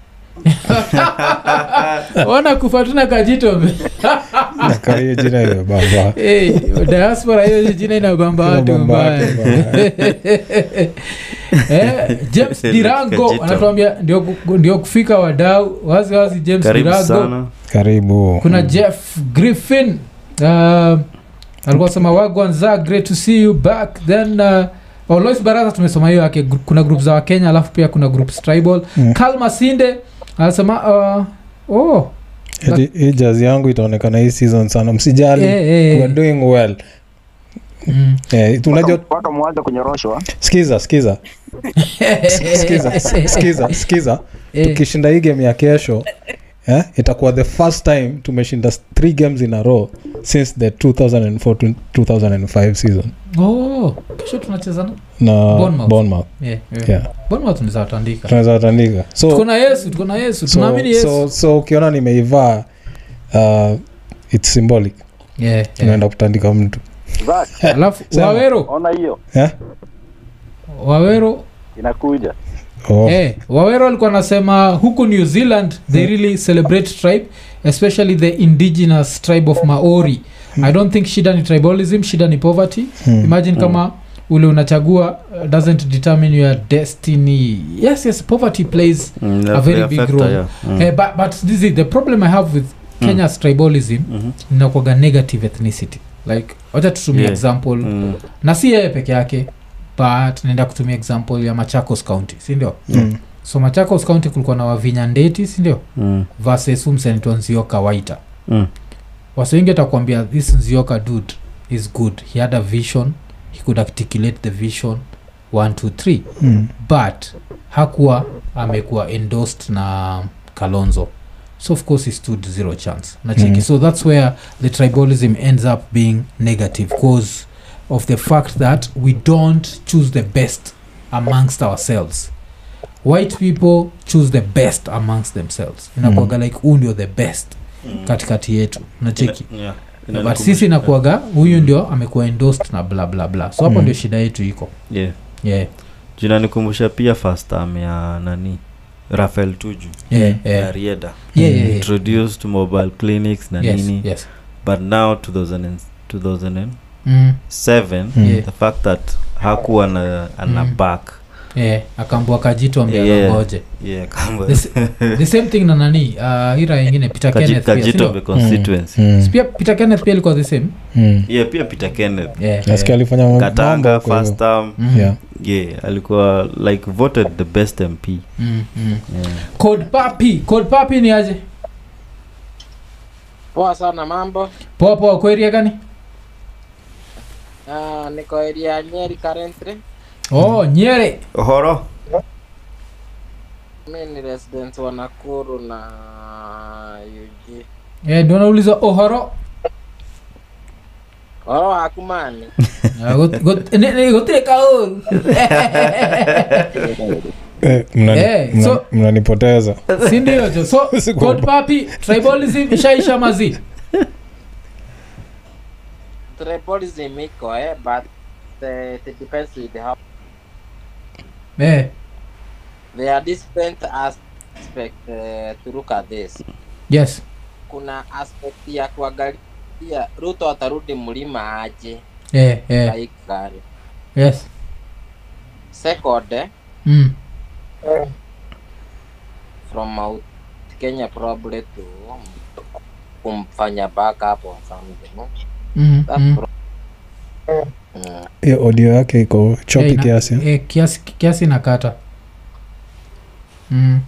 [SPEAKER 1] ona kufatuna kajito
[SPEAKER 2] Aka hiyo jina hiyo baba
[SPEAKER 1] hey, diaspora hiyo jina inabamba watu
[SPEAKER 2] Inabamba
[SPEAKER 1] (laughs) mbaya
[SPEAKER 2] watu mbaya.
[SPEAKER 1] eh, james dirango
[SPEAKER 5] Kajito.
[SPEAKER 1] anatuambia ndio, ku- ndio kufika wadau wazi wazi james
[SPEAKER 5] karibu
[SPEAKER 1] dirango
[SPEAKER 5] sana
[SPEAKER 2] karibu Mm.
[SPEAKER 1] kuna jeff griffin uh, alikuwa sema wagwanza great to see you back then uh, oh, Lois baraza tumesoma hiyo yake Gru- kuna group za wakenya alafu pia kuna groups tribal
[SPEAKER 2] Mm.
[SPEAKER 1] Karl Masinde anasema uh, oh,
[SPEAKER 2] Hii- hii jazi yangu itaonekana hii season sana msijali
[SPEAKER 1] Eh, eh.
[SPEAKER 2] we're doing well
[SPEAKER 1] mm.
[SPEAKER 2] eh, unajua
[SPEAKER 4] mpaka mwanza
[SPEAKER 1] (laughs)
[SPEAKER 4] kunyoroshwa
[SPEAKER 2] skiza skiza skiza
[SPEAKER 1] (laughs)
[SPEAKER 2] skiza skiza
[SPEAKER 1] Eh.
[SPEAKER 2] tukishinda hii game ya kesho eh, itakuwa the first time tumeshinda three games in a row since the 2004 to 2005 season
[SPEAKER 1] oh, kesho tunachezana
[SPEAKER 2] na
[SPEAKER 1] Bournemouth.
[SPEAKER 2] Bournemouth.
[SPEAKER 1] yeah, yeah.
[SPEAKER 2] Yeah.
[SPEAKER 1] Bournemouth tunaweza watandika
[SPEAKER 2] tunaweza watandika
[SPEAKER 1] tuko
[SPEAKER 2] so
[SPEAKER 1] na yesu tuko na yesu tunaamini
[SPEAKER 2] so,
[SPEAKER 1] yesu
[SPEAKER 2] so, so ukiona nimeivaa uh, its symbolic
[SPEAKER 1] yeah, yeah.
[SPEAKER 2] unaenda kutandika mtu
[SPEAKER 7] Zak,
[SPEAKER 1] alafu
[SPEAKER 2] Sema.
[SPEAKER 1] wawero
[SPEAKER 7] ona hiyo
[SPEAKER 2] Eh?
[SPEAKER 1] wawero
[SPEAKER 7] inakuja
[SPEAKER 2] Oh.
[SPEAKER 1] Eh, wawero alikuwa anasema huku new zealand they
[SPEAKER 2] Hmm.
[SPEAKER 1] really celebrate tribe especially the indigenous tribe of maori i don't think shida ni tribalism shida ni poverty
[SPEAKER 2] Hmm.
[SPEAKER 1] imagine kama ule unachagua uh, doesn't determine your destiny yes yes poverty plays
[SPEAKER 5] Mm,
[SPEAKER 1] A very
[SPEAKER 5] play
[SPEAKER 1] big
[SPEAKER 5] factor,
[SPEAKER 1] role.
[SPEAKER 5] yeah. Hmm. Mm.
[SPEAKER 1] eh, but, but this is the problem i have with kenya's tribalism
[SPEAKER 5] Mhm.
[SPEAKER 1] inakuaga negative ethnicity like wacha tutumie
[SPEAKER 5] Yeah.
[SPEAKER 1] example
[SPEAKER 5] Mm.
[SPEAKER 1] na si yeye peke yake but naenda kutumia example ya machakos county sindio
[SPEAKER 2] Mm.
[SPEAKER 1] so machakos county kulikuwa na wavinyandeti sindio
[SPEAKER 5] Mm.
[SPEAKER 1] versus umsenitwa nzioka waita
[SPEAKER 5] Mm.
[SPEAKER 1] wasi wengi atakwambia this nzioka dude is good he had a vision he could articulate the vision 123
[SPEAKER 2] Mm.
[SPEAKER 1] but hakuwa amekuwa endorsed na kalonzo so of course he stood zero chance nacheki
[SPEAKER 2] Mm.
[SPEAKER 1] so that's where the tribalism ends up being negative cause of the fact that we don't choose the best amongst ourselves white people choose the best amongst themselves inakuaga like huu ndio the best katikati yetu nacheki
[SPEAKER 5] Mm. Ina- yeah.
[SPEAKER 1] but sisi inakuaga huyu ndio amekuwa endorsed na bla bla bla so hapo
[SPEAKER 2] Mm.
[SPEAKER 1] ndio shida yetu iko
[SPEAKER 5] Yeah.
[SPEAKER 1] yeah,
[SPEAKER 5] jinanikumbusha pia first time ya nani rafael tuju
[SPEAKER 1] yeah,
[SPEAKER 5] ya
[SPEAKER 1] yeah.
[SPEAKER 5] rieda
[SPEAKER 1] Yeah, yeah, yeah.
[SPEAKER 5] introduced to mobile clinics na
[SPEAKER 1] Yes,
[SPEAKER 5] nini
[SPEAKER 1] yes.
[SPEAKER 5] but now 2000 and- 2007
[SPEAKER 1] Mm, Yeah.
[SPEAKER 5] the fact that hakuwa na ana
[SPEAKER 1] Mm.
[SPEAKER 5] back
[SPEAKER 1] yeah, akaambua kajito
[SPEAKER 5] Yeah.
[SPEAKER 1] ambiangoje
[SPEAKER 5] yeah, kama-
[SPEAKER 1] The s- the same thing na nani uh, hira ingine peter
[SPEAKER 5] Kaji-
[SPEAKER 1] kenneth pia,
[SPEAKER 5] kajito
[SPEAKER 1] sindio?
[SPEAKER 5] the constituency
[SPEAKER 2] Mm.
[SPEAKER 1] pia peter kenneth pia ilikuwa the same
[SPEAKER 2] Mm.
[SPEAKER 5] yeah pia peter kenneth
[SPEAKER 1] Hmm. yeah,
[SPEAKER 2] nasikia
[SPEAKER 1] yeah.
[SPEAKER 2] alifanya mambo
[SPEAKER 5] katanga
[SPEAKER 2] huko hivyo.
[SPEAKER 5] first time
[SPEAKER 1] Mm,
[SPEAKER 2] Yeah.
[SPEAKER 5] yeah alikuwa like voted the best mp
[SPEAKER 1] mm, mm. code papi code papi ni aje
[SPEAKER 8] poa sana mambo
[SPEAKER 1] poa poa uko area gani
[SPEAKER 8] uh, niko area ya nyeri currently
[SPEAKER 2] Mm.
[SPEAKER 1] oh nyere
[SPEAKER 5] horo
[SPEAKER 8] mi ni resident wa nakuru na ug
[SPEAKER 1] yeah, Eh, ndio nauliza
[SPEAKER 2] (laughs)
[SPEAKER 1] ohoro
[SPEAKER 8] oro wakumani
[SPEAKER 1] Ah, got- got- (laughs) oh. ne- ne- gotireka
[SPEAKER 2] (laughs)
[SPEAKER 1] oru.
[SPEAKER 2] Eh, mnani-
[SPEAKER 1] Eh,
[SPEAKER 2] mna-
[SPEAKER 1] so-
[SPEAKER 2] mnanipoteza
[SPEAKER 1] Si ndio jo
[SPEAKER 2] (laughs)
[SPEAKER 1] so
[SPEAKER 2] Sikuwa-
[SPEAKER 1] code papi tribalism ishaisha
[SPEAKER 2] (laughs)
[SPEAKER 1] mazi
[SPEAKER 8] tribalism iko eh, but eh, it depends with how
[SPEAKER 1] eh,
[SPEAKER 8] there are different aspect eh, to look at this
[SPEAKER 1] yes
[SPEAKER 8] kuna aspect ya kuangalia ruto atarudi mlima aje
[SPEAKER 1] eh, eh,
[SPEAKER 8] like gani
[SPEAKER 1] yes
[SPEAKER 8] second eh,
[SPEAKER 1] mm.
[SPEAKER 8] from out kenya probably to kumfanya back up on something no?
[SPEAKER 1] Mm,
[SPEAKER 2] Mm-hmm.
[SPEAKER 8] That's
[SPEAKER 1] mm.
[SPEAKER 8] pro- Mm.
[SPEAKER 2] hiyo audio yake iko chopi
[SPEAKER 1] Eh, ina-
[SPEAKER 2] kiasi
[SPEAKER 1] eh, kiasi kiasi nakata mm.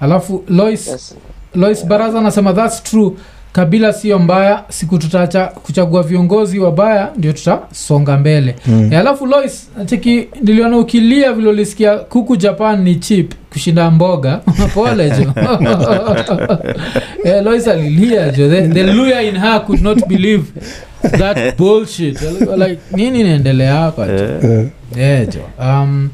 [SPEAKER 1] alafu lois
[SPEAKER 8] Yes.
[SPEAKER 1] lois baraza anasema thats true kabila siyo mbaya siku tutacha kuchagua viongozi wabaya ndio tutasonga mbele
[SPEAKER 2] Mm.
[SPEAKER 1] e, alafu lois cheki niliona ukilia vile ulisikia kuku japan ni chip kushinda mboga (laughs) pole jo e, lois alilia jo the, the luya in her could not believe that bullshit like nini inaendelea hapa jo?
[SPEAKER 5] Eh,
[SPEAKER 2] Eh,
[SPEAKER 1] Yeah, jo. um,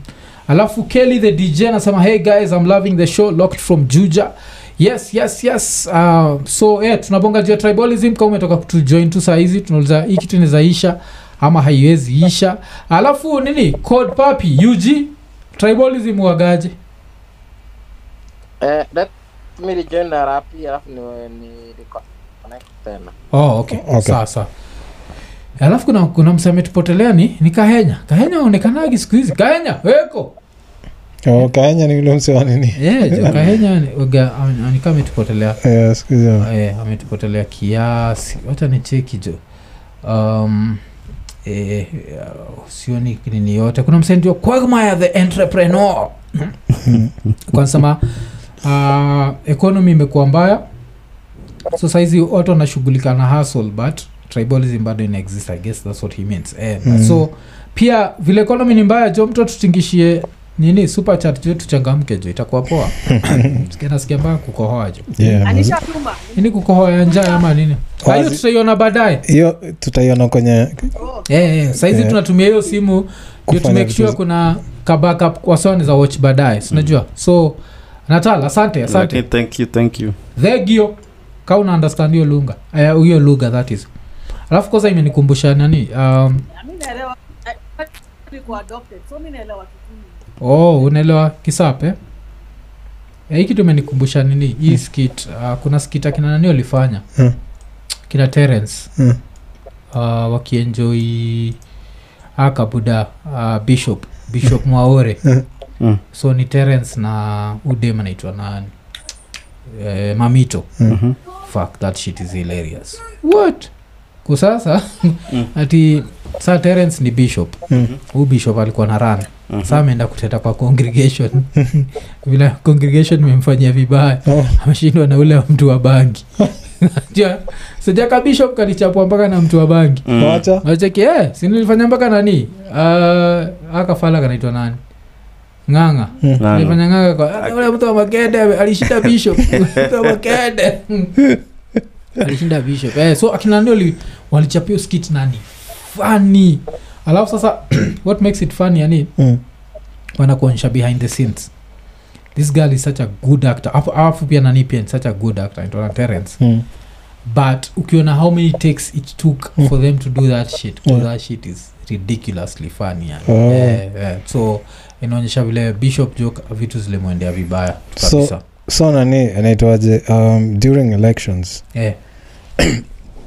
[SPEAKER 1] alafu kelly the dj anasema hey guys i'm loving the show locked from juja yes yes yes uh, so yeah, tunabonga juu ya tribalism kama umetoka tu join tu saa hizi tunauliza hii kitu inawezaisha ama haiwezi isha alafu nini code papi ug tribalism wagaje
[SPEAKER 8] Eh, let me rejoin the rap hii, alafu ya, ni, ni reconnect tena
[SPEAKER 1] (laughs) oh, okay.
[SPEAKER 2] Okay.
[SPEAKER 1] sawa sawa alafu kuna, kuna msametupotelea ni ni kahenya kahenya aonekanagi siku hizi kahenya weko
[SPEAKER 2] oh, kaenya ni ule mse wa nini
[SPEAKER 1] yeah,
[SPEAKER 2] (laughs)
[SPEAKER 1] jo, kahenya anikaa ametupotelea
[SPEAKER 2] Eh, siku hizi-
[SPEAKER 1] Eh, ametupotelea kiasi wacha nicheki jo um, eh, uh, sioni nini yote kuna msendio kwagmaya the entrepreneur Hmm. kwansema uh, economy imekuwa mbaya so saizi watu wanashughulika na hustle but tribalism bado ina exist i guess that's what he means eh,
[SPEAKER 2] Mm.
[SPEAKER 1] so pia vile economy ni mbaya jo mtu tutingishie nini super chat jo tuchangamke jo itakuwa
[SPEAKER 2] (laughs)
[SPEAKER 1] poa Sikia- nasikia mbaya kukohoa jo
[SPEAKER 2] Yeah, mazi-
[SPEAKER 6] alishatuma
[SPEAKER 1] nini kukohoya njaa ama nini Kwa hiyo
[SPEAKER 2] Wazi.
[SPEAKER 1] tutaiona baadaye
[SPEAKER 2] hiyo
[SPEAKER 1] (laughs)
[SPEAKER 2] tutaiona kwenye
[SPEAKER 1] eh, eh, sahizi
[SPEAKER 2] Eh.
[SPEAKER 1] tunatumia hiyo simu ndio
[SPEAKER 2] Kufanya
[SPEAKER 1] tumake sure
[SPEAKER 2] vitu-
[SPEAKER 1] kuna kabakap wasoni za watch baadaye sinajua so natal asante asante
[SPEAKER 5] lakini thank you thank you
[SPEAKER 1] thegio ka una understand hiyo lugha Eh, hiyo lugha that is alafu kwanza imenikumbusha nani um,
[SPEAKER 6] mi naelewa eh, niko adopted so mi naelewa kikuyu
[SPEAKER 1] oh unaelewa kisape Eh, hii kitu imenikumbusha nini hii skit uh, kuna skit akina nani walifanya
[SPEAKER 2] Hmm.
[SPEAKER 1] kina terence
[SPEAKER 2] Hmm.
[SPEAKER 1] uh, wakienjoi akabuda uh, bishop
[SPEAKER 2] Hmm.
[SPEAKER 1] bishop mwaore
[SPEAKER 5] Mm.
[SPEAKER 1] so ni terence na udem anaitwa nani eh, mamito
[SPEAKER 2] Hmm.
[SPEAKER 5] Mhm.
[SPEAKER 1] fuck that shit is hilarious what kusasa ati saa terence ni bishop huu bishop alikuwa na rana saa ameenda kuteta kwa congregation (laughs) vila congregation imemfanyia vibaya
[SPEAKER 2] Oh.
[SPEAKER 1] ameshindwa na ule wa mtu wa bangi Ja- sijaka bishop kalichapwa mpaka na mtu wa bangi
[SPEAKER 2] wacha
[SPEAKER 1] acheki eh, si nilifanya mpaka nani uh, akafala kanaitwa nani ng'anga
[SPEAKER 2] Hmm. (laughs)
[SPEAKER 5] Ng'ang'a.
[SPEAKER 1] alifanya ng'anga kwa "Ah, ule mtu wa makende ame- alishinda bishop mtu wa makende alishinda bishop eh, so akina nani wali- walichapia skit nani fani alafu sasa (clears throat) what makes it funny yani
[SPEAKER 2] Mm.
[SPEAKER 1] wanakuonyesha behind the scenes this girl is such a good actor Alafu- alafu pia nani pia ni such a good actor Anaitwa Terence
[SPEAKER 2] Mm.
[SPEAKER 1] but ukiona how many takes it took
[SPEAKER 2] Mm.
[SPEAKER 1] for them to do that shit 'cause
[SPEAKER 2] Yeah.
[SPEAKER 1] that shit is ridiculously funny yani.
[SPEAKER 2] Oh.
[SPEAKER 1] Eh, eh, so inaonyesha vile bishop joke vitu zilimwendea vibaya
[SPEAKER 2] So-
[SPEAKER 1] kabisa
[SPEAKER 2] so nani anaitwaje um, during elections
[SPEAKER 1] Eh.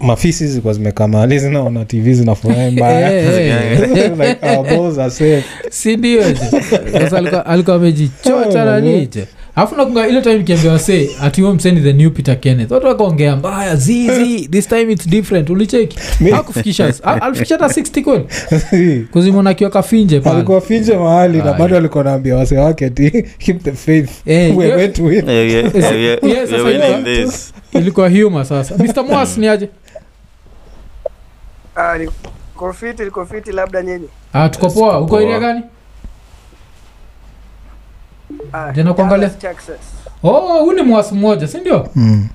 [SPEAKER 2] mafisi zilikuwa zimekaa mahali zinaona
[SPEAKER 1] (laughs)
[SPEAKER 2] tv zinafurahi mbaya
[SPEAKER 1] Eh, eh, eh.
[SPEAKER 2] (laughs)
[SPEAKER 1] (laughs)
[SPEAKER 2] like ah, our balls are safe
[SPEAKER 1] si ndio je? Sasa alikuwa- alikuwa amejichocha
[SPEAKER 2] Oh,
[SPEAKER 1] nani
[SPEAKER 2] Mungu.
[SPEAKER 1] je alafu nakunga ile time nikiambia wasee ati huyo msee ni the new peter kenneth watu wakaongea mbaya zizi this time it's different ulicheki
[SPEAKER 2] Mi-
[SPEAKER 1] akufikisha alifikisha hata 60 kweli (laughs) kuzimona akiwa kafinje pale
[SPEAKER 2] alikuwa finje mahali na
[SPEAKER 1] Haya.
[SPEAKER 2] bado alikuwa naambia wase wake ti keep the faith
[SPEAKER 1] Eh,
[SPEAKER 2] (laughs) we
[SPEAKER 1] yo-
[SPEAKER 2] went with
[SPEAKER 5] Yeah, yeah,
[SPEAKER 1] (laughs) Yes,
[SPEAKER 5] yeah,
[SPEAKER 1] yes,
[SPEAKER 5] yeah, we're
[SPEAKER 1] sasa
[SPEAKER 5] winning
[SPEAKER 1] hiyo-
[SPEAKER 5] this.
[SPEAKER 1] ilikuwa humor sasa mr mwas ni aje
[SPEAKER 9] Ah, ni- niko fiti, niko fiti labda nyinyi.
[SPEAKER 1] Ah, tuko poa uko
[SPEAKER 5] poa.
[SPEAKER 1] iria gani
[SPEAKER 9] Ah,
[SPEAKER 1] Tena kuangalia.
[SPEAKER 9] Dallas, Texas.
[SPEAKER 1] oh huu ni mwasi mmoja sindio
[SPEAKER 2] Mm.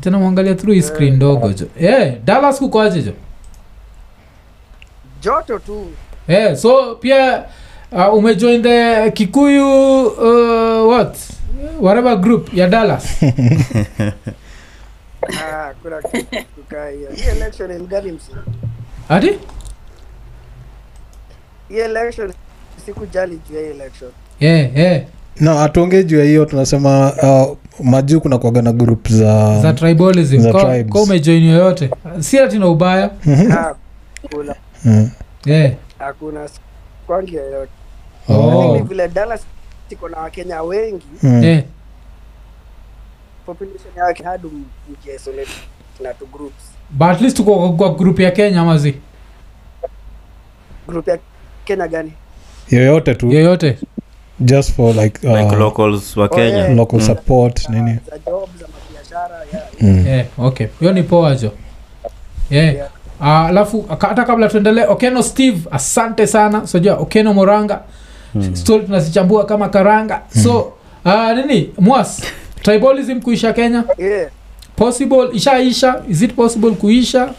[SPEAKER 1] tena mwangalia through hii screen ndogo jo Eh, dallas kukoaje jo
[SPEAKER 9] Joto tu.
[SPEAKER 1] Eh, so pia uh, umejoin the kikuyu uh, what whatever group ya dallas
[SPEAKER 2] (laughs)
[SPEAKER 9] Ah, kuna kitu kaa hiyo. Hii election ni mgani msi?
[SPEAKER 1] ati
[SPEAKER 9] Hii election sikujali juu ya hii election.
[SPEAKER 1] Eh, eh,
[SPEAKER 2] no atuongee juu ya hiyo tunasema uh, majuu kuna kuaga na group za,
[SPEAKER 1] za tribalism
[SPEAKER 2] za
[SPEAKER 1] Kwa-
[SPEAKER 2] tribes.
[SPEAKER 1] kwa umejoin yoyote si atina ubaya
[SPEAKER 9] Ah, kuna
[SPEAKER 2] Mm.
[SPEAKER 1] eh.
[SPEAKER 9] hakuna s- kwangi yoyote. Ni
[SPEAKER 1] oh.
[SPEAKER 9] vile Dallas iko na Wakenya wengi,
[SPEAKER 2] Mm.
[SPEAKER 1] eh.
[SPEAKER 9] population ya Wakenya hadi m- mjiisolate na two groups.
[SPEAKER 1] but at least uko kwa group ya kenya mazi
[SPEAKER 9] Group ya Kenya gani?
[SPEAKER 2] yoyote tu
[SPEAKER 1] yoyote
[SPEAKER 2] just for like, uh,
[SPEAKER 5] Like locals wa
[SPEAKER 9] Oh,
[SPEAKER 5] Kenya. Mm. Hmm.
[SPEAKER 9] yeah.
[SPEAKER 2] local support nini
[SPEAKER 9] Za job, za mabiashara, ya
[SPEAKER 2] mm.
[SPEAKER 1] Eh, okay hiyo ni poa jo Eh,
[SPEAKER 9] Yeah.
[SPEAKER 1] ah, alafu aka- hata kabla tuendelee okeno steve asante sana sojua okeno moranga mm. stori tunazichambua kama karanga mm. so ah, nini mwas tribalism kuisha kenya
[SPEAKER 9] Yeah.
[SPEAKER 1] possible ishaisha is it possible kuisha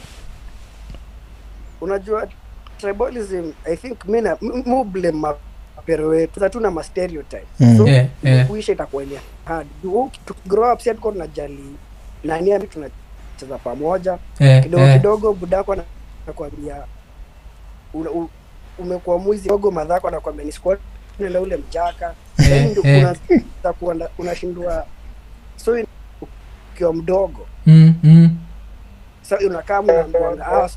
[SPEAKER 9] unajua tribalism i think mina mublem mapero wetu Sasa tuna mastereotype
[SPEAKER 2] Mm.
[SPEAKER 9] so
[SPEAKER 1] Eh, eh.
[SPEAKER 9] kuisha itakuwa ni hard Du- tukigrow up si hatukuwa tunajali nani ami tunacheza pamoja
[SPEAKER 1] eh,
[SPEAKER 9] kidogo
[SPEAKER 1] eh,
[SPEAKER 9] kidogo budako ana- anakuambia una- u- umekuwa mwizi kidogo madhako anakuambia ni squad na ule mjaka Yaani ndio
[SPEAKER 1] eh.
[SPEAKER 9] unaanza kuwa- unashindwa so ukiwa mdogo
[SPEAKER 1] mm, mm.
[SPEAKER 9] sa unakaa mnaambiwanga ah,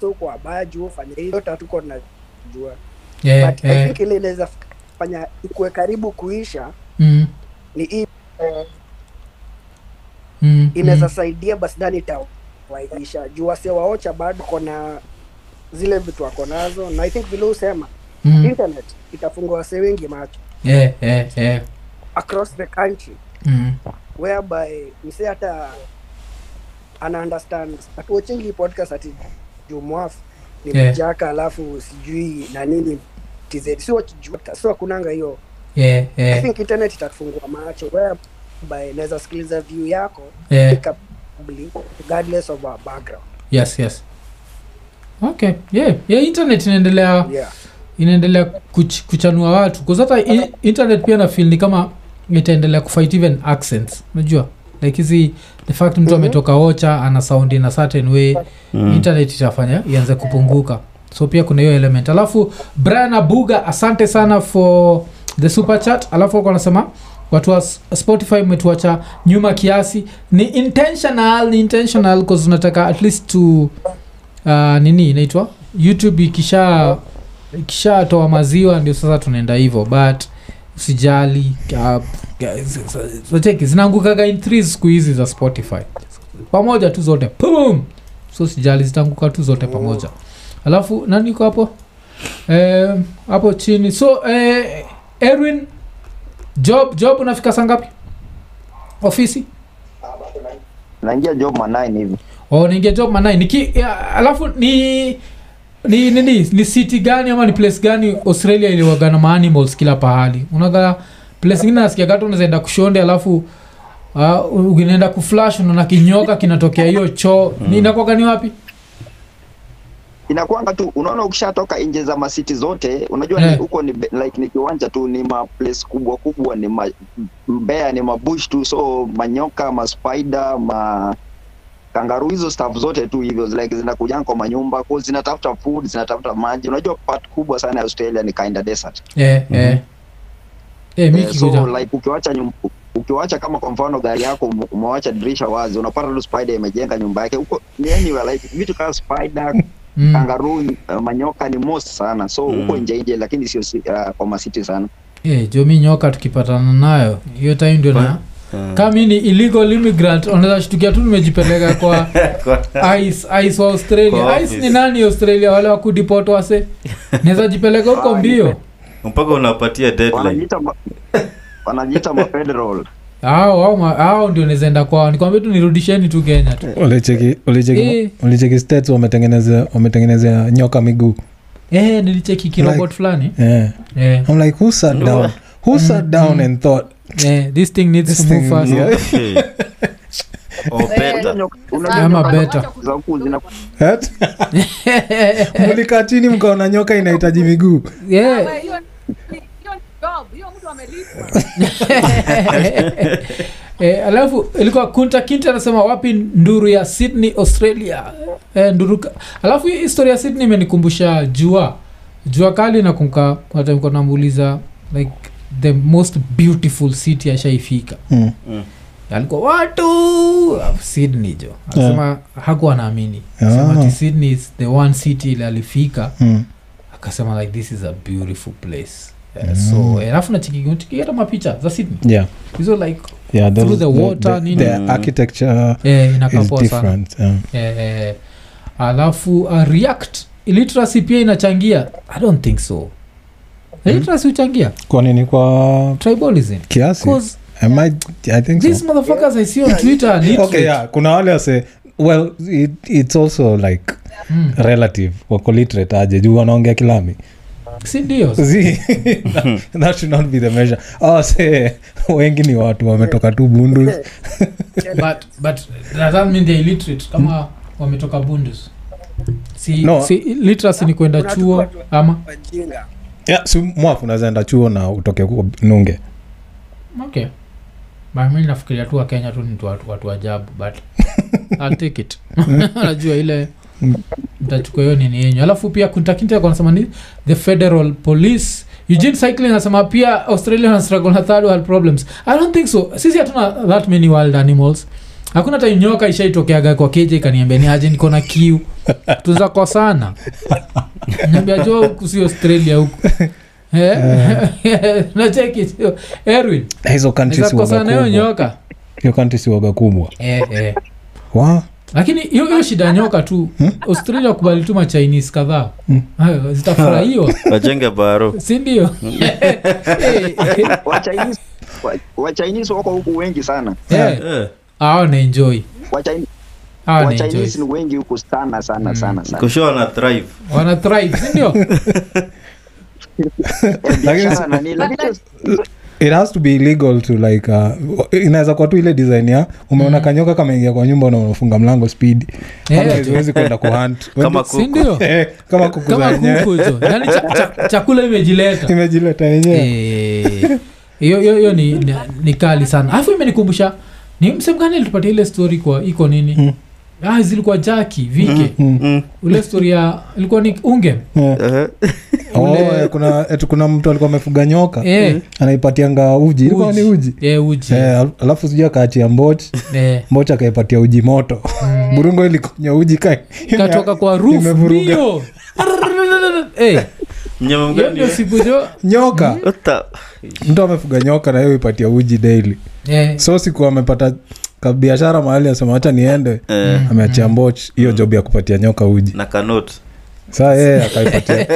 [SPEAKER 9] so uko wabaya juu fanya hiyo tatuko najua
[SPEAKER 1] Eh,
[SPEAKER 9] but i
[SPEAKER 1] eh,
[SPEAKER 9] think ile inaweza fanya ikuwe karibu kuisha
[SPEAKER 1] mm,
[SPEAKER 9] ni hii
[SPEAKER 1] Eh. mm,
[SPEAKER 9] inaweza
[SPEAKER 1] mm.
[SPEAKER 9] saidia basi ndani itawaisha juu wasewaocha bado kona zile vitu wako nazo na i think vile usema
[SPEAKER 1] Mm.
[SPEAKER 9] internet itafungua wasee wengi macho
[SPEAKER 1] Eh, eh, eh.
[SPEAKER 9] across the country
[SPEAKER 1] Mm.
[SPEAKER 9] whereby msee hata ana understand atuochingi podcast ati jumwafu ni
[SPEAKER 1] Yeah.
[SPEAKER 9] mjaka alafu sijui na nini tz si wakijuta so akunanga hiyo
[SPEAKER 1] Eh,
[SPEAKER 9] i
[SPEAKER 1] eh,
[SPEAKER 9] think internet itakufungua macho whereby naweza sikiliza view yako
[SPEAKER 1] eh.
[SPEAKER 9] ikabli regardless of our background
[SPEAKER 1] yes yes okay yeah, yeah internet inaendelea
[SPEAKER 9] yeah
[SPEAKER 1] inaendelea kuch, kuchanua watu kuzata internet pia na feel ni kama itaendelea kufight even accents unajua like hizi the fact mtu ametoka ocha ana sound in a certain way mm. internet itafanya ianze kupunguka so pia kuna hiyo element alafu brian abuga asante sana for the super chat alafu wako anasema watu wa S- spotify umetuacha nyuma kiasi ni intentional ni intentional cause unataka at least to uh, nini inaitwa youtube ikisha ikishatoa maziwa ndio sasa tunaenda hivyo but usijali uh, so cheki zinaangukaga in three siku hizi za spotify pamoja tu zote pum so sijali zitaanguka tu zote pamoja alafu nani iko hapo Eh, hapo chini so eh, erwin job job unafika saa ngapi ofisi
[SPEAKER 4] naingia job manine hivi
[SPEAKER 1] oh, niingia job manai niki ya, alafu ni ni nini ni city gani ama ni place gani australia iliwaga na maanimals kila pahali unaga place ingine nasikia gata unazaenda kushonde alafu uh, unaenda kuflash unaona kinyoka kinatokea hiyo choo mm. inakwaga ni wapi
[SPEAKER 4] inakwanga tu unaona ukishatoka nje za masiti zote unajua ni
[SPEAKER 1] Eh.
[SPEAKER 4] huko ni be- like ni kiwanja tu ni ma place kubwa kubwa ni ma, mbea ni mabush tu so manyoka maspida ma kangaru hizo staff zote tu hivyo like zinakujanga kwa manyumba kwa zinatafuta food zinatafuta maji unajua part kubwa sana ya australia ni kinda desert
[SPEAKER 1] eh, eh. Eh, mi
[SPEAKER 4] Eh,
[SPEAKER 1] kikuja.
[SPEAKER 4] so like ukiwacha nyum- ukiwacha kama kwa mfano gari yako ume- umewacha dirisha wazi unapata tu spider imejenga nyumba yake huko ni anywhere like vitu kama spider
[SPEAKER 1] Mm.
[SPEAKER 4] kangaroo uh, manyoka ni most sana so
[SPEAKER 5] Mm.
[SPEAKER 4] huko nje nje lakini sio si- uh, kwa masiti sana
[SPEAKER 1] Eh, jomi nyoka tukipatana nayo hiyo time ndio na kama mi ni illegal immigrant unaweza shtukia tu nimejipeleka kwa
[SPEAKER 4] (laughs)
[SPEAKER 1] ice ice wa australia
[SPEAKER 5] Eh. Kwa
[SPEAKER 1] ice ni
[SPEAKER 5] office.
[SPEAKER 1] nani australia wale wakudipot
[SPEAKER 5] (laughs)
[SPEAKER 1] wase naweza jipeleka huko
[SPEAKER 4] Ah,
[SPEAKER 1] mbio
[SPEAKER 5] (laughs) mpaka unapatia deadline
[SPEAKER 4] wanajiita ma- (laughs) wanajiita ma federal
[SPEAKER 1] hao hao ma- hao ndio nizaenda kwao nikwambia tu nirudisheni tu kenya tu
[SPEAKER 2] ulicheki
[SPEAKER 1] Eh.
[SPEAKER 2] ulicheki ulicheki states wametengeneza wametengeneza nyoka miguu
[SPEAKER 1] eh, nilicheki kirobot
[SPEAKER 2] Like-
[SPEAKER 1] fulani
[SPEAKER 2] yeah.
[SPEAKER 1] eh,
[SPEAKER 2] I'm like who sat down who sat down and thought
[SPEAKER 1] eh, Mm. this thing needs
[SPEAKER 2] This
[SPEAKER 1] to move
[SPEAKER 2] thing
[SPEAKER 1] fast.
[SPEAKER 2] needs-
[SPEAKER 5] Okay.
[SPEAKER 1] Oh,
[SPEAKER 5] Or Oh,
[SPEAKER 1] Eh,
[SPEAKER 2] Eh,
[SPEAKER 5] better.
[SPEAKER 4] Unajua-
[SPEAKER 1] Ama
[SPEAKER 4] unajua
[SPEAKER 1] Ama
[SPEAKER 4] nyoka
[SPEAKER 1] beta.
[SPEAKER 4] za huku zina
[SPEAKER 2] "What?"
[SPEAKER 1] Eh?
[SPEAKER 2] mlikaa chini mkaona nyoka inahitaji miguu
[SPEAKER 6] Ah,
[SPEAKER 1] Yeah. (laughs) eh, alafu ilikuwa kunta kinta anasema wapi nduru ya sydney australia eh, nduru ka- alafu hii historia ya sydney imenikumbusha jua jua kali nakumka namuuliza like the most beautiful city ashaifika
[SPEAKER 2] Mm.
[SPEAKER 1] alikuwa watu sydney jo anasema hakuwa naamini
[SPEAKER 2] Ah.
[SPEAKER 1] Anasema ati sydney is the one city ile alifika
[SPEAKER 2] Mm.
[SPEAKER 1] akasema like this is a beautiful place Uh, so eh, alafu nachikikata mapicha za sydney
[SPEAKER 2] Hmm. yeah
[SPEAKER 1] hizo like
[SPEAKER 2] yeah those-
[SPEAKER 1] Through the
[SPEAKER 2] the-
[SPEAKER 1] water,
[SPEAKER 2] the,
[SPEAKER 1] nini?
[SPEAKER 2] the
[SPEAKER 5] Mm.
[SPEAKER 2] architecture
[SPEAKER 1] eh,
[SPEAKER 2] is
[SPEAKER 1] inakapoa sana
[SPEAKER 2] different yeah.
[SPEAKER 1] eh, eh, alafu uh, react literacy pia inachangia i don't think so
[SPEAKER 2] Hmm?
[SPEAKER 1] literacy huchangia
[SPEAKER 2] kwa nini kwa
[SPEAKER 1] tribalism
[SPEAKER 2] kiasi
[SPEAKER 1] because
[SPEAKER 2] I might, I think so.
[SPEAKER 1] these motherfuckers i see on twitter are literate.
[SPEAKER 2] okay yeah kuna wale wase well it, it's also like
[SPEAKER 1] Mm.
[SPEAKER 2] relative wako literate aje juu wanaongea kilami
[SPEAKER 1] si ndio
[SPEAKER 2] See, that, (laughs) that should not be the measure oh, say, wengi ni watu wametoka tu bundu
[SPEAKER 1] but but does that mean they're illiterate kama wametoka bundus si,
[SPEAKER 2] No.
[SPEAKER 1] si literacy ni kwenda
[SPEAKER 9] Kuna
[SPEAKER 1] chuo
[SPEAKER 9] watu-
[SPEAKER 1] ama
[SPEAKER 9] wajinga
[SPEAKER 2] yeah, si mwafu unazaenda chuo na utoke kwa nunge
[SPEAKER 1] okay But mi nafikiria tu wakenya tu ni tu watu watu ajabu but I'll take it (laughs) najua ile mtachukua hiyo nini yenyu alafu pia kuntakintakonasema ni the federal police eugene cycling anasema pia australia na struggle na third world problems i don't think so sisi hatuna that many wild animals hakuna hata nyoka ishaitokeaga kwa keja ikaniambia ni aje niko na kiu tuza kosana (laughs) niambia jo huku si australia huku Eh? (laughs) nacheki Eh? sio. erwin
[SPEAKER 2] Na hizo country si waga
[SPEAKER 1] kosana hiyo
[SPEAKER 2] kubwa
[SPEAKER 1] nyoka
[SPEAKER 2] hiyo country si waga kubwa
[SPEAKER 1] eh, eh.
[SPEAKER 2] wa
[SPEAKER 1] lakini hiyo hiyo shida ya nyoka tu
[SPEAKER 2] Hmm?
[SPEAKER 1] australia kubali tu machinese kadhaa Hayo,
[SPEAKER 2] (laughs)
[SPEAKER 1] zitafurahiwa
[SPEAKER 5] (laughs) wajenge
[SPEAKER 1] (laughs)
[SPEAKER 5] baro
[SPEAKER 1] sindio
[SPEAKER 4] (laughs) wa Chinese- wa- wa Chinese wako huku wengi sana
[SPEAKER 5] Eh,
[SPEAKER 1] awanenjoi
[SPEAKER 4] wa Chin-
[SPEAKER 1] Ah,
[SPEAKER 4] wa Chinese
[SPEAKER 1] awanenjoi
[SPEAKER 4] ni wengi huku sana sana sana sana
[SPEAKER 5] kushoa na thrive
[SPEAKER 1] wana thrive sindio
[SPEAKER 2] lakini
[SPEAKER 1] (laughs)
[SPEAKER 4] Sana, ni- lakini
[SPEAKER 2] it has to be illegal to like uh, inaweza kuwa tu ile design ya umeona
[SPEAKER 1] Mm.
[SPEAKER 2] kanyoka kameingia kwa nyumba na unafunga mlango speed
[SPEAKER 1] Eh.
[SPEAKER 2] Otherwise huwezi kwenda kuhunt Wewe
[SPEAKER 5] Kama
[SPEAKER 2] tu-
[SPEAKER 5] Kuku.
[SPEAKER 1] sindio
[SPEAKER 2] eh, kama kuku za
[SPEAKER 1] kama
[SPEAKER 2] wenyewe
[SPEAKER 1] kuku hizo yani cha, cha, chakula imejileta
[SPEAKER 2] imejileta yenyewe
[SPEAKER 1] Eh, hiyo hiyo hiyo ni, ni, ni kali sana alafu imenikumbusha ni msehemu gani alitupatia ile story kwa iko nini
[SPEAKER 2] Mm.
[SPEAKER 1] ah, zilikuwa jaki vike
[SPEAKER 2] Mm.
[SPEAKER 5] Mm.
[SPEAKER 1] ule story ya ilikuwa ni unge
[SPEAKER 2] Eh.
[SPEAKER 5] Eh,
[SPEAKER 2] Oh, eh, kuna eti kuna mtu alikuwa amefuga nyoka
[SPEAKER 1] Eh,
[SPEAKER 2] anaipatianga uji ilikuwa ni uji
[SPEAKER 1] eh, uji
[SPEAKER 2] Eh, al- alafu sijui akaachia mboch
[SPEAKER 1] Eh,
[SPEAKER 2] mboch akaipatia uji moto burungo ilikunywa uji ka
[SPEAKER 1] katoka
[SPEAKER 2] (laughs)
[SPEAKER 1] kwa roof
[SPEAKER 2] Nimevuruga.
[SPEAKER 1] ndio
[SPEAKER 2] (laughs)
[SPEAKER 1] Eh,
[SPEAKER 5] mnyama
[SPEAKER 1] hiyo
[SPEAKER 5] mgani
[SPEAKER 1] ndio
[SPEAKER 5] eh?
[SPEAKER 1] siku Mm. jo
[SPEAKER 2] nyoka
[SPEAKER 5] Ota-
[SPEAKER 2] mtu amefuga nyoka na hiyo ipatia uji daily
[SPEAKER 1] Eh,
[SPEAKER 2] so siku amepata kabiashara mahali asema hacha niende
[SPEAKER 5] Eh,
[SPEAKER 1] Mm.
[SPEAKER 5] Mm.
[SPEAKER 2] ameachia mboch hiyo job ya kupatia nyoka uji
[SPEAKER 5] na kanot
[SPEAKER 2] saa yeye akaipatia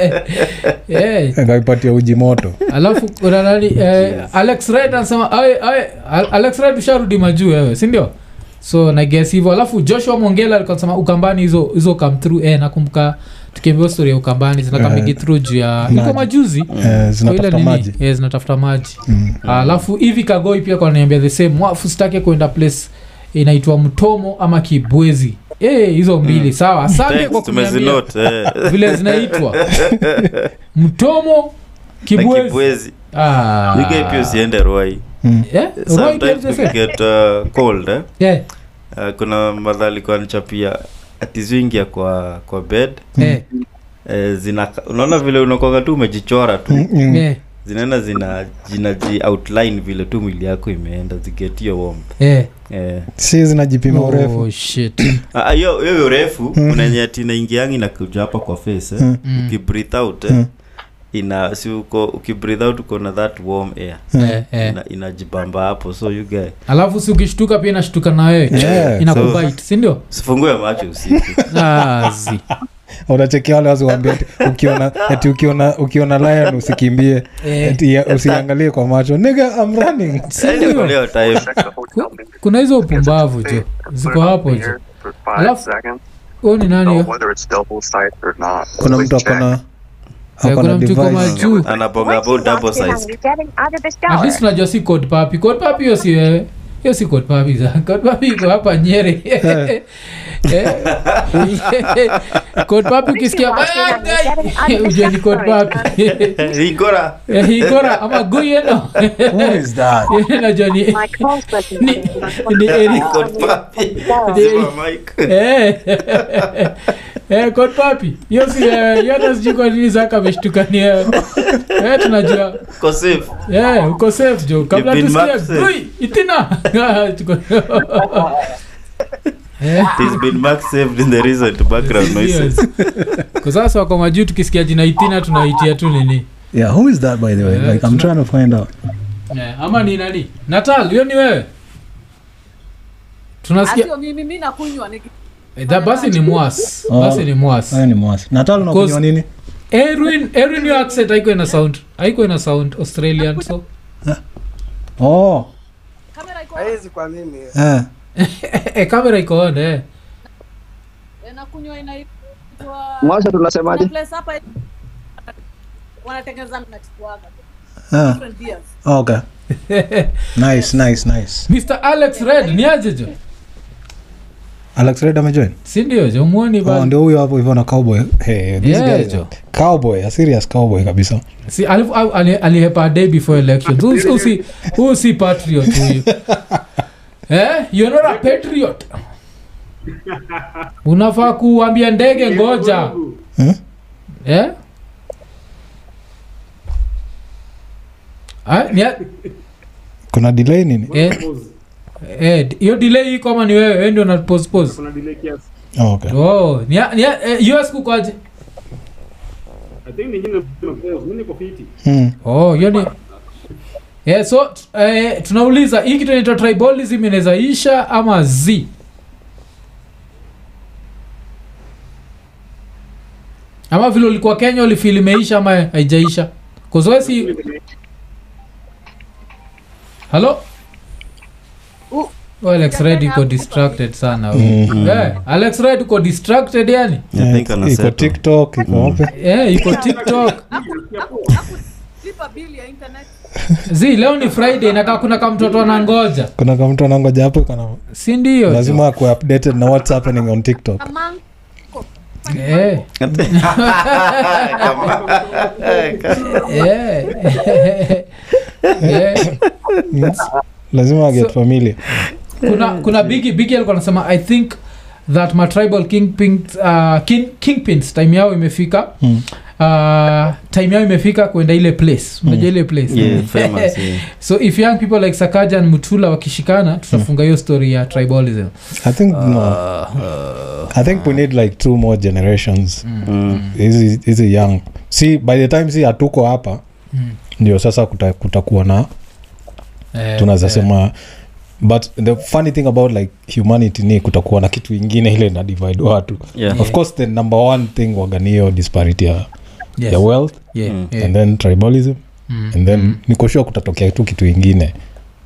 [SPEAKER 2] (laughs)
[SPEAKER 1] eh.
[SPEAKER 2] akaipatia uji moto
[SPEAKER 1] alafu kuna
[SPEAKER 2] (laughs)
[SPEAKER 1] nani eh, alex red anasema "Aye, aye, Al- alex red usharudi majuu wewe sindio so nages hivyo alafu joshua mongela alikuwa anasema ukambani hizo hizo come through eh, nakumbuka tukiambiwa story ya ukambani zinakamingi
[SPEAKER 2] Eh,
[SPEAKER 1] through juu ya
[SPEAKER 2] maji.
[SPEAKER 1] iko majuzi
[SPEAKER 2] Eh,
[SPEAKER 1] Kwa ile
[SPEAKER 2] zinatafuta
[SPEAKER 1] nini?
[SPEAKER 2] maji
[SPEAKER 1] Eh, zinatafuta maji
[SPEAKER 2] Mm.
[SPEAKER 1] alafu hivi kagoi pia kwaniambia the same wafu sitake kuenda place inaitwa mtomo ama kibwezi Eh, hizo mbili sawa asante kwa
[SPEAKER 5] Mm. Thanks,
[SPEAKER 1] kuniambia
[SPEAKER 5] tumezinote, eh.
[SPEAKER 1] vile
[SPEAKER 5] (laughs)
[SPEAKER 1] zinaitwa mtomo
[SPEAKER 5] Na
[SPEAKER 1] kibwezi
[SPEAKER 5] kibwezi
[SPEAKER 1] Ah.
[SPEAKER 5] You guy pia usiende rwai
[SPEAKER 1] Eh? Roy
[SPEAKER 5] sometimes
[SPEAKER 1] James
[SPEAKER 5] we
[SPEAKER 1] FM.
[SPEAKER 5] get uh, cold eh?
[SPEAKER 1] Eh,
[SPEAKER 5] uh, kuna madha alikuwa nichapia atizuingia kwa kwa bed
[SPEAKER 1] eh,
[SPEAKER 5] eh, zina unaona vile unakwanga tu umejichora tu
[SPEAKER 2] Mm, mm.
[SPEAKER 1] eh,
[SPEAKER 5] zinaenda zina zinaji outline vile tu mwili yako imeenda zigetio warmth
[SPEAKER 1] eh.
[SPEAKER 5] eh.
[SPEAKER 2] si zinajipima urefu
[SPEAKER 1] Oh, shit.
[SPEAKER 5] (clears throat) Ah, hiyo hiyo urefu
[SPEAKER 2] Mm.
[SPEAKER 5] kuna yenye ati inaingiangi na kuja hapa kwa face eh.
[SPEAKER 2] Mm.
[SPEAKER 1] Mm.
[SPEAKER 5] ukibreathe out eh.
[SPEAKER 2] Mm.
[SPEAKER 5] ina si uko ukibreathe out uko na that warm air
[SPEAKER 2] Hmm.
[SPEAKER 1] Eh, eh.
[SPEAKER 5] ina, inajibamba hapo so you guy
[SPEAKER 1] alafu si ukishtuka pia inashtuka na wewe
[SPEAKER 2] Yeah,
[SPEAKER 1] inakubit sindio
[SPEAKER 5] sifungue macho
[SPEAKER 1] (laughs)
[SPEAKER 5] usiku
[SPEAKER 2] (laughs)
[SPEAKER 1] azi
[SPEAKER 2] unachekia wale waziwambia ati ukiona ati ukiona ukiona lion usikimbie
[SPEAKER 1] Eh.
[SPEAKER 2] ati ya- usiangalie kwa macho nigga i'm running
[SPEAKER 5] Yaani kwa
[SPEAKER 1] sindio
[SPEAKER 5] leo time
[SPEAKER 1] Ku- kuna hizo upumbavu jo ziko hapo jo alafu huyo ni nani huyo?
[SPEAKER 2] kuna mtu akona
[SPEAKER 1] Eh,
[SPEAKER 2] akona
[SPEAKER 1] kuna mtu iko
[SPEAKER 2] device
[SPEAKER 1] majuu
[SPEAKER 5] anabonga bo double sized
[SPEAKER 1] at least unajua si code papi code papi hiyo si wewe hiyo si code papi za (laughs) code papi iko hapa nyeri (laughs) Eh. code papi ukisikia "Bye, guy," (laughs) ujue ni code papi
[SPEAKER 5] (laughs) igora
[SPEAKER 1] Eh, igora ama
[SPEAKER 5] (laughs)
[SPEAKER 1] guyeno
[SPEAKER 2] Who
[SPEAKER 1] (laughs)
[SPEAKER 2] is that?
[SPEAKER 1] najua ni ni (laughs) ni Eric.
[SPEAKER 5] Zima mic.
[SPEAKER 1] Eh, (laughs) eh, God papi hiyo si eh, hiyo hata sijui kwa nini zaka ameshtuka ni eh, (laughs) eh, tunajua
[SPEAKER 5] Uko safe.
[SPEAKER 1] eh, uko safe jo kabla
[SPEAKER 5] You've been
[SPEAKER 1] tusikia
[SPEAKER 5] marked safe.
[SPEAKER 1] "Gui, itina (laughs) Ah, tuko- Eh,
[SPEAKER 5] It has been marked saved in the recent background noises.
[SPEAKER 1] kwa sasa wako majuu tukisikia jina itina tunaitia tu nini
[SPEAKER 2] yeah who is that by the way
[SPEAKER 1] Yeah,
[SPEAKER 2] like i'm
[SPEAKER 1] tuna-
[SPEAKER 2] trying to find out
[SPEAKER 1] eh, ama ni nani natal hiyo ni wewe (laughs) tunasikia
[SPEAKER 6] asio Ah, mimi mi nakunywa niki-
[SPEAKER 1] Eh, da- basi ni mwas
[SPEAKER 2] Oh.
[SPEAKER 1] basi ni mwas
[SPEAKER 2] hayo ni mwasi natal unakunywa
[SPEAKER 1] Cause-
[SPEAKER 2] nini
[SPEAKER 1] erwin erwin hiyo accent haiko ina sound haiko ina sound australian so
[SPEAKER 2] oh
[SPEAKER 6] kamera iko
[SPEAKER 9] hawezi kwa mimi
[SPEAKER 2] eh.
[SPEAKER 1] (laughs) eh, kamera iko on eh.
[SPEAKER 6] eh, nakunywa inaitwa
[SPEAKER 4] mwasha tunasemaje
[SPEAKER 6] kuna place hapa wanatengeneza mnachukwaga
[SPEAKER 1] Ah.
[SPEAKER 2] eh.
[SPEAKER 6] different beers
[SPEAKER 1] (laughs)
[SPEAKER 2] okay nice nice nice
[SPEAKER 1] mr alex red ni aje jo
[SPEAKER 2] alex red amejoin
[SPEAKER 1] sindio jo mwoni
[SPEAKER 2] oh,
[SPEAKER 1] ba
[SPEAKER 2] ndio huyo hapo hivyo na cowboy hey, this
[SPEAKER 1] Yeah,
[SPEAKER 2] guy is a
[SPEAKER 1] Joe.
[SPEAKER 2] cowboy a serious cowboy kabisa
[SPEAKER 1] si alifu- au- ali- alihepa a day before elections Huyu si- huyu si- huyu si patriot huyu eh, you're not a patriot unafaa kuambia ndege ngoja
[SPEAKER 2] Hmm?
[SPEAKER 1] eh? Ah, ni a-
[SPEAKER 2] kuna delay nini
[SPEAKER 1] Eh, eh, d- hiyo delay iko ama ni wewe wewe ndio unapospos
[SPEAKER 2] oh, okay
[SPEAKER 1] oh, ni a- ni a- eh, hiyo siku kwaje
[SPEAKER 2] mm.
[SPEAKER 1] oh, hiyo ni yeah, so t- eh, tunauliza hii kitu inaitwa tribalism inaweza isha ama z ama vile ulikuwa kenya ulifili imeisha ama haijaisha kozoesi halo
[SPEAKER 6] Uh.
[SPEAKER 1] Oh, alex red iko distracted sana we.
[SPEAKER 2] Mhm.
[SPEAKER 1] Eh, alex red uko distracted yani
[SPEAKER 5] Mm. I think
[SPEAKER 2] Eh,
[SPEAKER 5] ana
[SPEAKER 2] iko
[SPEAKER 5] settle. Mm.
[SPEAKER 2] tiktok iko wapi
[SPEAKER 1] eh, iko
[SPEAKER 6] (laughs)
[SPEAKER 1] tiktok
[SPEAKER 6] lipa bili ya internet
[SPEAKER 1] zi leo ni friday nakaa kuna kamtoto anangoja
[SPEAKER 2] kuna kamtu anangoja hapo kana
[SPEAKER 1] si ndio
[SPEAKER 2] lazima akuwe updated na what's happening on tiktok
[SPEAKER 6] among
[SPEAKER 1] Eh,
[SPEAKER 5] Kama- eh, kama-
[SPEAKER 1] (laughs) eh, eh, eh,
[SPEAKER 2] It's lazima aget
[SPEAKER 1] So-
[SPEAKER 2] familia
[SPEAKER 1] kuna kuna bigi bigi alikuwa anasema i think that my tribal kingpins, uh, king, kingpins time yao imefika
[SPEAKER 5] Hmm.
[SPEAKER 2] Mm.
[SPEAKER 1] uh, time yao imefika kuenda ile place unajua ile place
[SPEAKER 5] Hmm. Yeah, famous, yeah.
[SPEAKER 1] (laughs) so if young people like sakaja and mutula wakishikana tutafunga hiyo story ya tribalism
[SPEAKER 2] i think
[SPEAKER 5] Uh,
[SPEAKER 2] no i think we need like two more generations
[SPEAKER 5] Mm.
[SPEAKER 2] hizi hizi young si by the time si hatuko hapa
[SPEAKER 1] Hmm.
[SPEAKER 2] ndio sasa kuta- kutakuwa na
[SPEAKER 1] Eh,
[SPEAKER 2] tunaweza
[SPEAKER 1] eh,
[SPEAKER 2] sema but the funny thing about like humanity ni kutakuwa na kitu ingine ile na divide watu
[SPEAKER 5] Yeah.
[SPEAKER 2] of course the number one thing waganiyo disparity ya,
[SPEAKER 1] yes,
[SPEAKER 2] ya wealth
[SPEAKER 1] yeah,
[SPEAKER 5] Mm.
[SPEAKER 1] yeah,
[SPEAKER 2] and then tribalism
[SPEAKER 1] mm,
[SPEAKER 2] and then
[SPEAKER 1] mm,
[SPEAKER 2] nikoshua kutatokea tu kitu ingine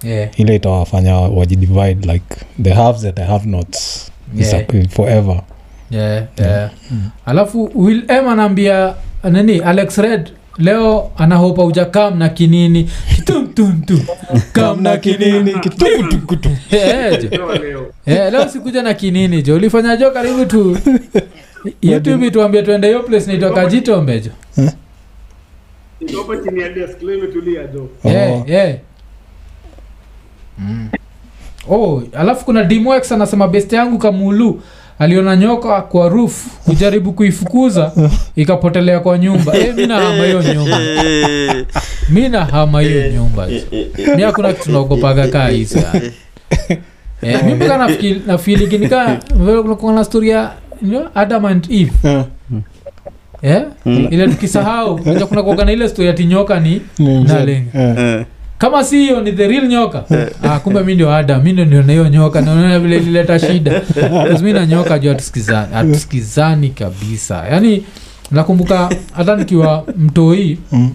[SPEAKER 1] yeah,
[SPEAKER 2] ile itawafanya wajidivide like the haves and the have nots
[SPEAKER 1] yeah.
[SPEAKER 2] forever
[SPEAKER 1] yeah, yeah. alafu will m anaambia nini alex red leo anahopa uja kam na kinini kitumtumtum kam na kinini
[SPEAKER 2] kitukutukutu
[SPEAKER 1] Eh, jo. Eh, leo sikuja na kinini jo ulifanya jo karibu tu youtube ituambie tuende hiyo place naitwa kajitombe jo
[SPEAKER 10] Hapo chini ya desk, leo imetulia jo.
[SPEAKER 1] Eh, eh. Mm. Oh, alafu kuna dmx anasema best yangu kamulu aliona nyoka kwa roof kujaribu kuifukuza ikapotelea kwa nyumba eh, mi nahama hiyo nyumba
[SPEAKER 5] Eh,
[SPEAKER 1] mi nahama hiyo nyumba
[SPEAKER 5] eh, eh, eh.
[SPEAKER 1] mi hakuna kitu naogopaga kaa hizi yaani. eh, mi mpaka nafikiri- nafiligi nika kuna na story ya you know, adam and eve eh? ile tukisahau unajua kuna kuoga na ile story ati nyoka ni nalenga
[SPEAKER 5] Eh,
[SPEAKER 1] kama si hiyo ni the real nyoka ah, kumbe mi ndio ada mi ndio ndio na hiyo nyoka naonana vile ilileta shida Because mi na nyoka juu hatusikizani hatusikizani kabisa yaani nakumbuka hata nikiwa mtoi
[SPEAKER 5] Mm.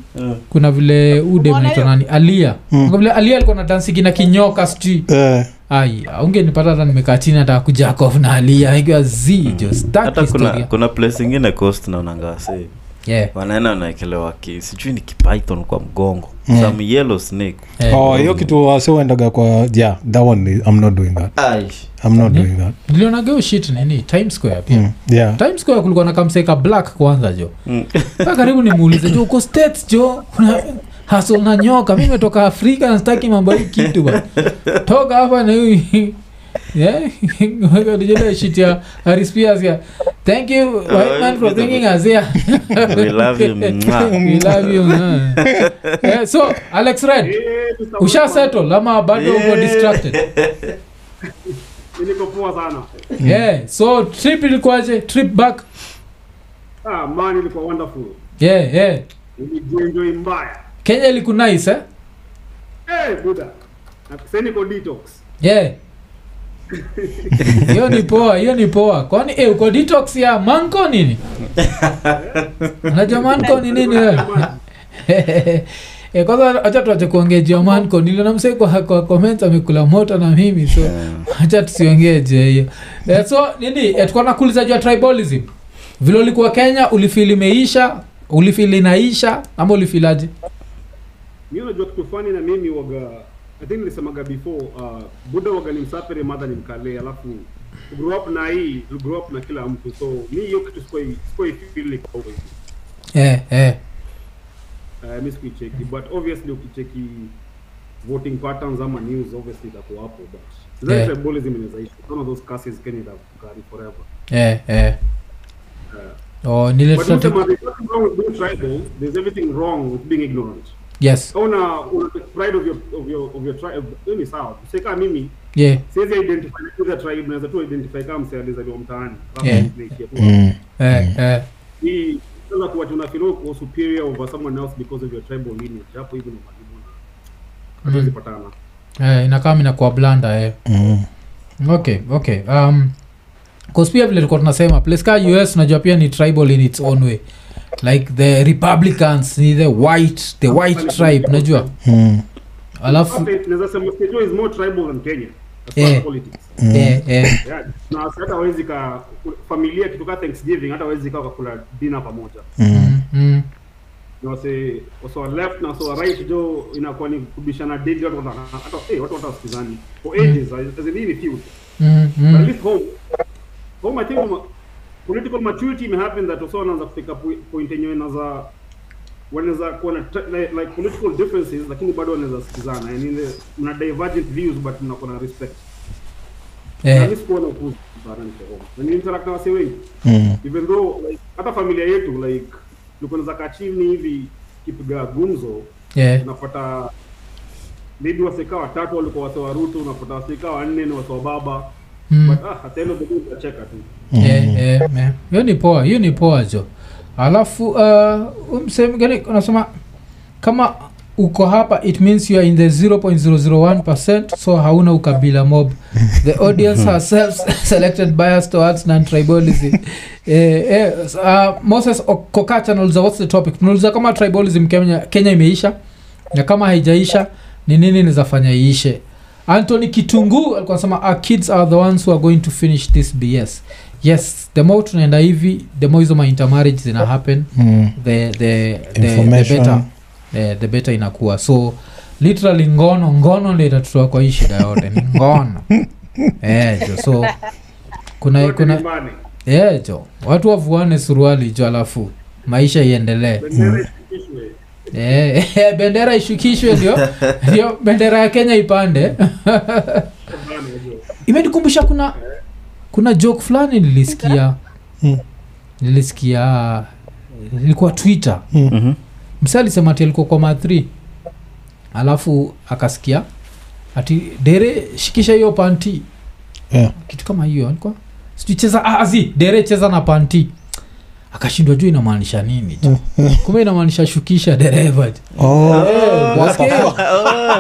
[SPEAKER 1] kuna vile ude
[SPEAKER 6] Umeona
[SPEAKER 1] mnaitwa
[SPEAKER 6] hiyo?
[SPEAKER 1] nani alia Kuna vile alia alikuwa na dansi na kinyoka sijui
[SPEAKER 5] Eh.
[SPEAKER 1] ai ungenipata hata nimekaa chini hata kujakof na alia ikiwa zijo
[SPEAKER 5] hata
[SPEAKER 1] staki
[SPEAKER 5] kuna
[SPEAKER 1] historia
[SPEAKER 5] kuna place ingine cost naonangase
[SPEAKER 1] yeah.
[SPEAKER 5] wanaenda wanaekelewa ki sijui ni kipython kwa mgongo
[SPEAKER 1] Mm.
[SPEAKER 5] some yellow snake
[SPEAKER 1] eh,
[SPEAKER 2] Oh, hiyo kitu wasewendaga kwa yeah, that one is- i'm not doing that i'm not doing that
[SPEAKER 1] nilionaga hiyo shit nini time square pia
[SPEAKER 2] Mm, yeah
[SPEAKER 1] times square kulikuwa na kamseka black kwanza jo
[SPEAKER 5] Mm.
[SPEAKER 1] Kaa karibu nimuulize jo uko states jo kuna haso na nyoka mi metoka afrika nastaki mambo hii kitu ba toka hapa na hii- Yeah. (laughs) Unajua shit ya Harry Spears ya, thank you white man for thinking as here."
[SPEAKER 5] We
[SPEAKER 1] (laughs)
[SPEAKER 5] love you, mwah.
[SPEAKER 1] We love you, mwah. Eh, so alex red
[SPEAKER 10] Eh, Mr.
[SPEAKER 1] usha
[SPEAKER 10] Wolfman,
[SPEAKER 1] settle ama bado uko distracted
[SPEAKER 10] mimi niko poa sana.
[SPEAKER 1] yeah. so trip ilikuwaje trip back
[SPEAKER 10] Ah, man ilikuwa wonderful.
[SPEAKER 1] yeah, yeah.
[SPEAKER 10] Nilijienjoy mbaya.
[SPEAKER 1] kenya ilikunaise eh?
[SPEAKER 10] Eh, buda. Na sasa niko detox. (laughs)
[SPEAKER 1] yeah hiyo ni poa hiyo ni poa kwani eh, uko detox ya manko nini unajua manko ni nini wewe (laughs) Eh, kwanza acha tuache kuongea juu ya manko niliona msee kwa, kwa comments amekula moto na mimi so acha tusiongee juu ya hiyo eh, so nini eh, tukuwa nakuuliza juu ya tribalism vile ulikuwa kenya ulifili imeisha ulifili inaisha ama ulifilaje
[SPEAKER 10] Mimi unajua kitu funny na mimi waga I think nilisemaga before uh, buda waga ni msafiri madha ni mkale alafu grow up na hii grow up na kila mtu so mi hiyo kitu sikoi sikoi feel kwa hivi.
[SPEAKER 1] eh, eh.
[SPEAKER 10] Uh, mi sikuicheki but obviously ukicheki voting patterns ama news obviously itakuwa hapo but sidhani
[SPEAKER 1] Yeah.
[SPEAKER 10] tribalism inaweza ishi. It's one of those curses Kenya itakarry forever Eh.
[SPEAKER 1] Eh, eh. Oh, nile
[SPEAKER 10] but
[SPEAKER 1] tutate-
[SPEAKER 10] mtu mwenye- there's nothing wrong with being tribal there's everything wrong with being ignorant
[SPEAKER 1] yes
[SPEAKER 10] Kama una una take pride of your of your of your tribe hiyo ni sawa sika mimi
[SPEAKER 1] yeah
[SPEAKER 10] siwezi identify with the tribe naweza tu identify kama msee alizaliwa mtaani Alafu
[SPEAKER 1] Yeah.
[SPEAKER 10] naikia tu.
[SPEAKER 2] Mm.
[SPEAKER 1] eh, eh.
[SPEAKER 10] hii sasa kuwa tunafeel uko superior over someone else because of your tribal lineage hapo hivi ni madhibuni hatuwezi patana
[SPEAKER 1] Eh, inakaa minakua blanda eh.
[SPEAKER 2] Mm.
[SPEAKER 1] okay okay um, 'cause pia vile tulikuwa tunasema place ka us unajua pia ni tribal in its own way like the republicans ni the white the white tribe unajua
[SPEAKER 2] Mm.
[SPEAKER 1] alafu
[SPEAKER 10] Sasa naweza sema Skejo is more tribal than Kenya as far
[SPEAKER 1] Eh.
[SPEAKER 10] as politics.
[SPEAKER 1] eh, eh,
[SPEAKER 10] Yeah. Na hata hawezi ka familia kitoka Thanksgiving hata hawezi kaa kula dinner pamoja.
[SPEAKER 1] mm, mm,
[SPEAKER 10] Na wase wase wa left na wase wa right jo inakuwa ni kubishana daily watu wana hata eh watu watasikizani. For ages as in really few.
[SPEAKER 1] mm,
[SPEAKER 10] But at
[SPEAKER 1] mm.
[SPEAKER 10] least home home I think ma- political maturity may happen that also wanaanza kufika pu- point yenyewe inaza wanaweza kuwa na ta- like, like political differences lakini bado wanaweza sikizana yani ile mna divergent views but mnakuwa na respect
[SPEAKER 1] Eh.
[SPEAKER 10] Na mi sikuwa na upuzi sana niko home. na niliinteract na wasee wengi
[SPEAKER 1] Hmm.
[SPEAKER 2] Mm.
[SPEAKER 10] even though like, hata familia yetu like tulikuwa naweza kaa chini hivi kipiga gumzo
[SPEAKER 1] Yeah.
[SPEAKER 10] unapata maybe waseka watatu walikuwa wasewa rutu unapata waseka wanne ni wasewa baba
[SPEAKER 1] Mm.
[SPEAKER 10] but ah, at the end of the day utacheka tu
[SPEAKER 2] Mm.
[SPEAKER 1] Eh, eh, eh. hiyo ni poa hiyo ni poa jo alafu uh, msehemu gani unasema kama uko hapa it means you are in the 0.001 so hauna ukabila mob the
[SPEAKER 2] (laughs)
[SPEAKER 1] audience has self-selected bias towards non-tribalism (laughs) eh, eh, s- uh, moses okokacha nauliza what's the topic tunauliza kama tribalism kenya, kenya imeisha na kama haijaisha ni nini nizafanya iishe anthony kitunguu alikuwa anasema our kids are the ones who are going to finish this bs yes the more tunaenda hivi the more hizo maintermarriage zina happen
[SPEAKER 2] Mm.
[SPEAKER 1] the, the, the, the
[SPEAKER 2] Information.
[SPEAKER 1] better the, the better inakuwa so literally ngono ngono ndio itatutoa kwa hii shida yote ni
[SPEAKER 2] (laughs)
[SPEAKER 1] ngono eh, jo so kuna
[SPEAKER 10] Yote ni
[SPEAKER 1] kuna
[SPEAKER 10] money.
[SPEAKER 1] eh, jo watu wavuane suruali jo alafu maisha iendelee
[SPEAKER 10] Bendera ishikishwe.
[SPEAKER 1] Eh, (laughs) bendera ishukishwe ndio ndio bendera ya kenya ipande imenikumbusha kuna kuna joke fulani nilisikia
[SPEAKER 2] Mm.
[SPEAKER 1] nilisikia ilikuwa twitter
[SPEAKER 5] Mhm.
[SPEAKER 1] msa alisema ati alikuwa kwa ma3 alafu akasikia ati dere shikisha hiyo panti
[SPEAKER 2] Yeah.
[SPEAKER 1] kitu kama hiyo alikuwa sijui cheza ah, azi dere cheza na panti akashindwa juu inamaanisha nini tu kumbe inamaanisha shukisha dereva
[SPEAKER 2] Mm.
[SPEAKER 1] Eh,
[SPEAKER 2] Oh.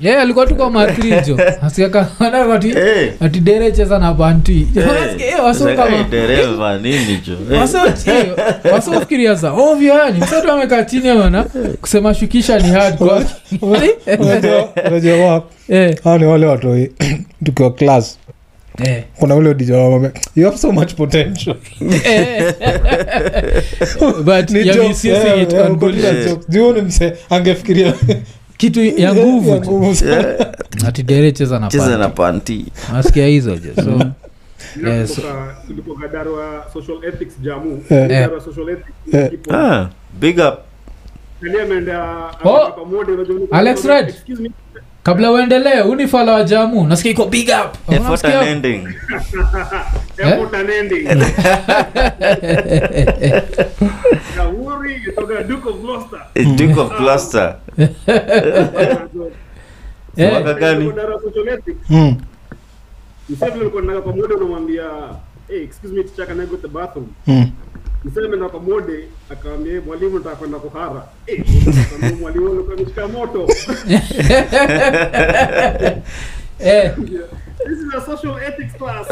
[SPEAKER 1] ye alikuwa tu kwa matrijo (laughs) asiakaati
[SPEAKER 5] Eh.
[SPEAKER 1] ati dere cheza na panti (laughs)
[SPEAKER 5] Eh, sasa, eh, dereva nini jo Eh,
[SPEAKER 1] wasofikiria za ovyo yani msatu amekaa chini ana kusema shukisha ni hard kwake
[SPEAKER 2] Unajua- unajua wao-
[SPEAKER 1] Eh,
[SPEAKER 2] hao ni wale watoi tukiwa class
[SPEAKER 1] eh.
[SPEAKER 2] kuna ule dijawame you have so much potential
[SPEAKER 1] (laughs) But
[SPEAKER 2] Ni
[SPEAKER 1] you're
[SPEAKER 2] joke,
[SPEAKER 1] misusing
[SPEAKER 2] eh,
[SPEAKER 1] it
[SPEAKER 2] eh,
[SPEAKER 1] on
[SPEAKER 2] uko tu na
[SPEAKER 1] good-
[SPEAKER 2] joke. Juu ni mse angefikiria
[SPEAKER 1] kitu ya
[SPEAKER 2] ya
[SPEAKER 1] nguvu
[SPEAKER 2] nguvu sana.
[SPEAKER 1] (laughs) ati dere cheza na
[SPEAKER 5] cheza na
[SPEAKER 1] panti.
[SPEAKER 5] panti
[SPEAKER 1] nasikia hizo je so
[SPEAKER 10] Ila
[SPEAKER 1] Eh,
[SPEAKER 10] kutoka- kutoka Darwa social ethics jamu
[SPEAKER 2] Eh.
[SPEAKER 10] Darwa social ethics
[SPEAKER 2] Eh.
[SPEAKER 10] ipo.
[SPEAKER 5] ah, big up
[SPEAKER 10] Kalia ameenda
[SPEAKER 1] Oh!
[SPEAKER 10] ameenda kwa mode, unajua ni-
[SPEAKER 1] Alex Red.
[SPEAKER 10] Excuse me.
[SPEAKER 1] kabla uendelee unifala wa jamu nasikia iko big up Hakuna
[SPEAKER 5] effort and
[SPEAKER 1] nasikia- (laughs)
[SPEAKER 5] ending
[SPEAKER 10] Airport and
[SPEAKER 5] (laughs)
[SPEAKER 10] ending. Jamhuri, kutoka Duke of Gloucester.
[SPEAKER 5] Eh, duke of cluster
[SPEAKER 1] Eh, Hmm.
[SPEAKER 5] Mwaka gani?
[SPEAKER 10] Kutoka Darwa social ethics.
[SPEAKER 2] Mm.
[SPEAKER 10] Msee vile ulikuwa unaenda kwa mode unamwambia, "Hey, excuse me, teacher, can I go to the bathroom?"
[SPEAKER 1] Hmm.
[SPEAKER 2] Mm.
[SPEAKER 10] Msee ameenda kwa mode, akamwambia, "Hey, mwalimu, nataka kwenda kuhara." Eh, akamwambia, mwalimu, ulikuwa umeshika moto.
[SPEAKER 1] (laughs) eh,
[SPEAKER 10] This is a social ethics class.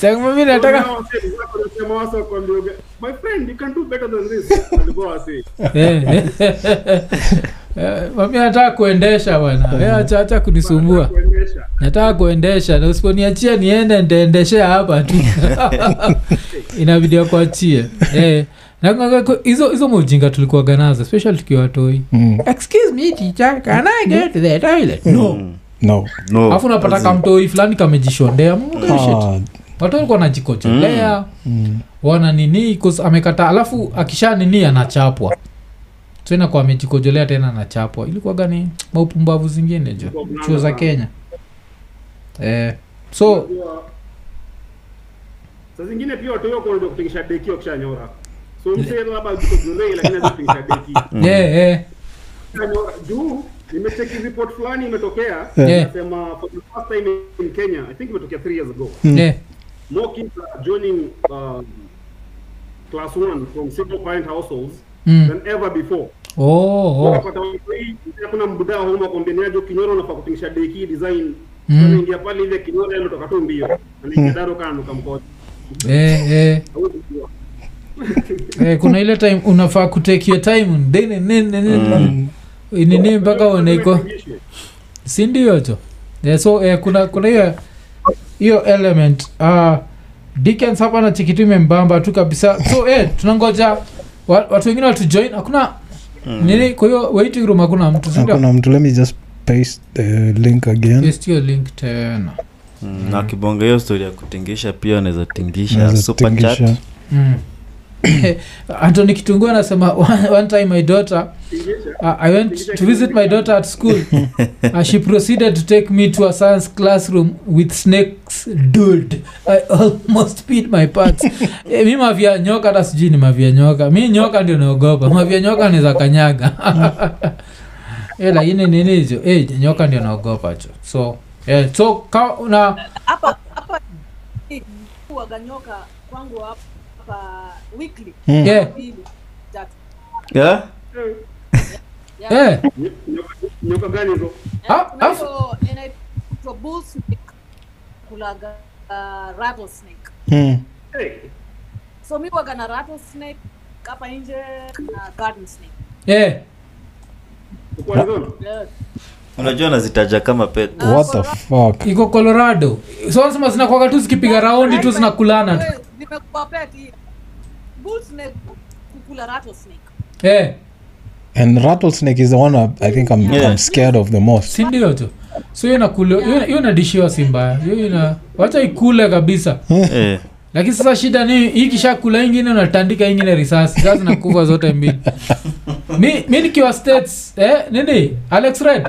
[SPEAKER 1] sema (laughs) mimi nataka
[SPEAKER 10] (laughs) Wanasema wasa wakuambia, "My friend, you can do better than this." Walikuwa wasee.
[SPEAKER 1] Eh, eh, (laughs) eh, eh, mami nataka kuendesha bwana Eh, acha acha kunisumbua
[SPEAKER 10] Kuendesha.
[SPEAKER 1] nataka kuendesha na usiponiachia niende nitaendeshea hapa tu (laughs) inavidia kuachie eh, na kwa- kwa- hizo hizo maujinga tulikuwaga nazo especially tukiwa watoi
[SPEAKER 2] Mm.
[SPEAKER 1] excuse me teacher can i get to the toilet no
[SPEAKER 5] Mm.
[SPEAKER 2] No.
[SPEAKER 5] no
[SPEAKER 1] alafu unapata kamtoi fulani kamejishondea mshit
[SPEAKER 2] Ah,
[SPEAKER 1] watu walikuwa wanajikocholea
[SPEAKER 2] mm.
[SPEAKER 1] wana nini 'cause amekata alafu akisha nini anachapwa tena kwa amejikojolea tena anachapwa ilikuwa gani maupumbavu zingine jo chuo za kenya eh, so
[SPEAKER 10] Unajua, saa zingine pia watu wako wanajua kutingisha deki wakishanyora so msee labda kujolei lakini hawezi kutingisha deki
[SPEAKER 1] eh, eh,
[SPEAKER 10] Kishanyora. juu nimecheki report fulani imetokea
[SPEAKER 1] Yeah.
[SPEAKER 10] inasema for the first time in kenya i think imetokea 3 years ago
[SPEAKER 1] eh,
[SPEAKER 10] more kids are joining um, class 1 from single parent households
[SPEAKER 1] mm.
[SPEAKER 10] than ever before
[SPEAKER 1] oh, oh.
[SPEAKER 10] Unapata watu hii, kuna mbudaa wa umma wakwambianiaje ukinyora unafaa kutingisha deki design
[SPEAKER 1] Mm.
[SPEAKER 10] anaingia pale ile kinyora ametoka tu mbio anaingia daro kando kamkoja
[SPEAKER 1] Eh, eh,
[SPEAKER 10] Hauwezi kujua.
[SPEAKER 1] eh, kuna ile time unafaa kutekio time ndene nene nene nini mpaka uoneko sindio cho yeah, so eh, kuna kuna hiyo hiyo element uh, dickens hapa na chikitu imembamba tu kabisa so eh, tunangoja wa- watu wengine watujoin hakuna nini kwa hiyo waiting room hakuna mtu sindio
[SPEAKER 2] hakuna mtu let me just paste the link again
[SPEAKER 1] paste hiyo link tena
[SPEAKER 5] Mm, na kibonga hiyo story ya kutingisha pia anaweza tingisha
[SPEAKER 2] Naweza
[SPEAKER 5] super
[SPEAKER 2] tingisha.
[SPEAKER 5] chat
[SPEAKER 1] (coughs) mm. antony kitungu anasema one, one time my daughter uh, i went to visit my daughter at school uh, she proceeded to take me to a science classroom with snakes dude i almost beat my pants eh, mi mavya nyoka hata sijui ni mavya nyoka mi nyoka ndio naogopa mavya nyoka niza kanyaga (laughs) eh, lakini nini hizo eh, nyoka ndio naogopa cho so eh, so ka, na,
[SPEAKER 6] hapa hapa waganyoka kwangu hapa weekly
[SPEAKER 1] Mm. Yeah.
[SPEAKER 6] Pili, tatu.
[SPEAKER 5] yeah?
[SPEAKER 6] Yeah.
[SPEAKER 1] (laughs) eh,
[SPEAKER 10] nyoka gani hizo
[SPEAKER 6] Eh,
[SPEAKER 1] Ah,
[SPEAKER 6] kuna
[SPEAKER 1] ah.
[SPEAKER 6] hiyo inaitwa bull snake kulaga uh, rattlesnake so mi waga na rattlesnake hapa nje na garden snake
[SPEAKER 1] eh.
[SPEAKER 10] Uko Arizona?
[SPEAKER 6] Eh,
[SPEAKER 5] unajua nazitaja kama pet
[SPEAKER 2] what the fuck
[SPEAKER 1] iko colorado so nasema zinakuaga tu zikipiga raundi tu zinakulana tu
[SPEAKER 6] we, nimekupa pet hii bull snake kukula rattlesnake
[SPEAKER 1] eh,
[SPEAKER 2] and rattlesnake is the one I, I think I'm,
[SPEAKER 5] Yeah.
[SPEAKER 2] I'm scared of the most
[SPEAKER 1] si ndio tu so hiyo inakula- hiyo- hiyo inadishiwa si mbaya hiyo ina wacha ikule kabisa
[SPEAKER 5] eh.
[SPEAKER 1] lakini sasa shida ni hii kishakula ingine unatandika ingine risasi sasa zinakufa zote mbili mi, mi nikiwa states eh, nini alex red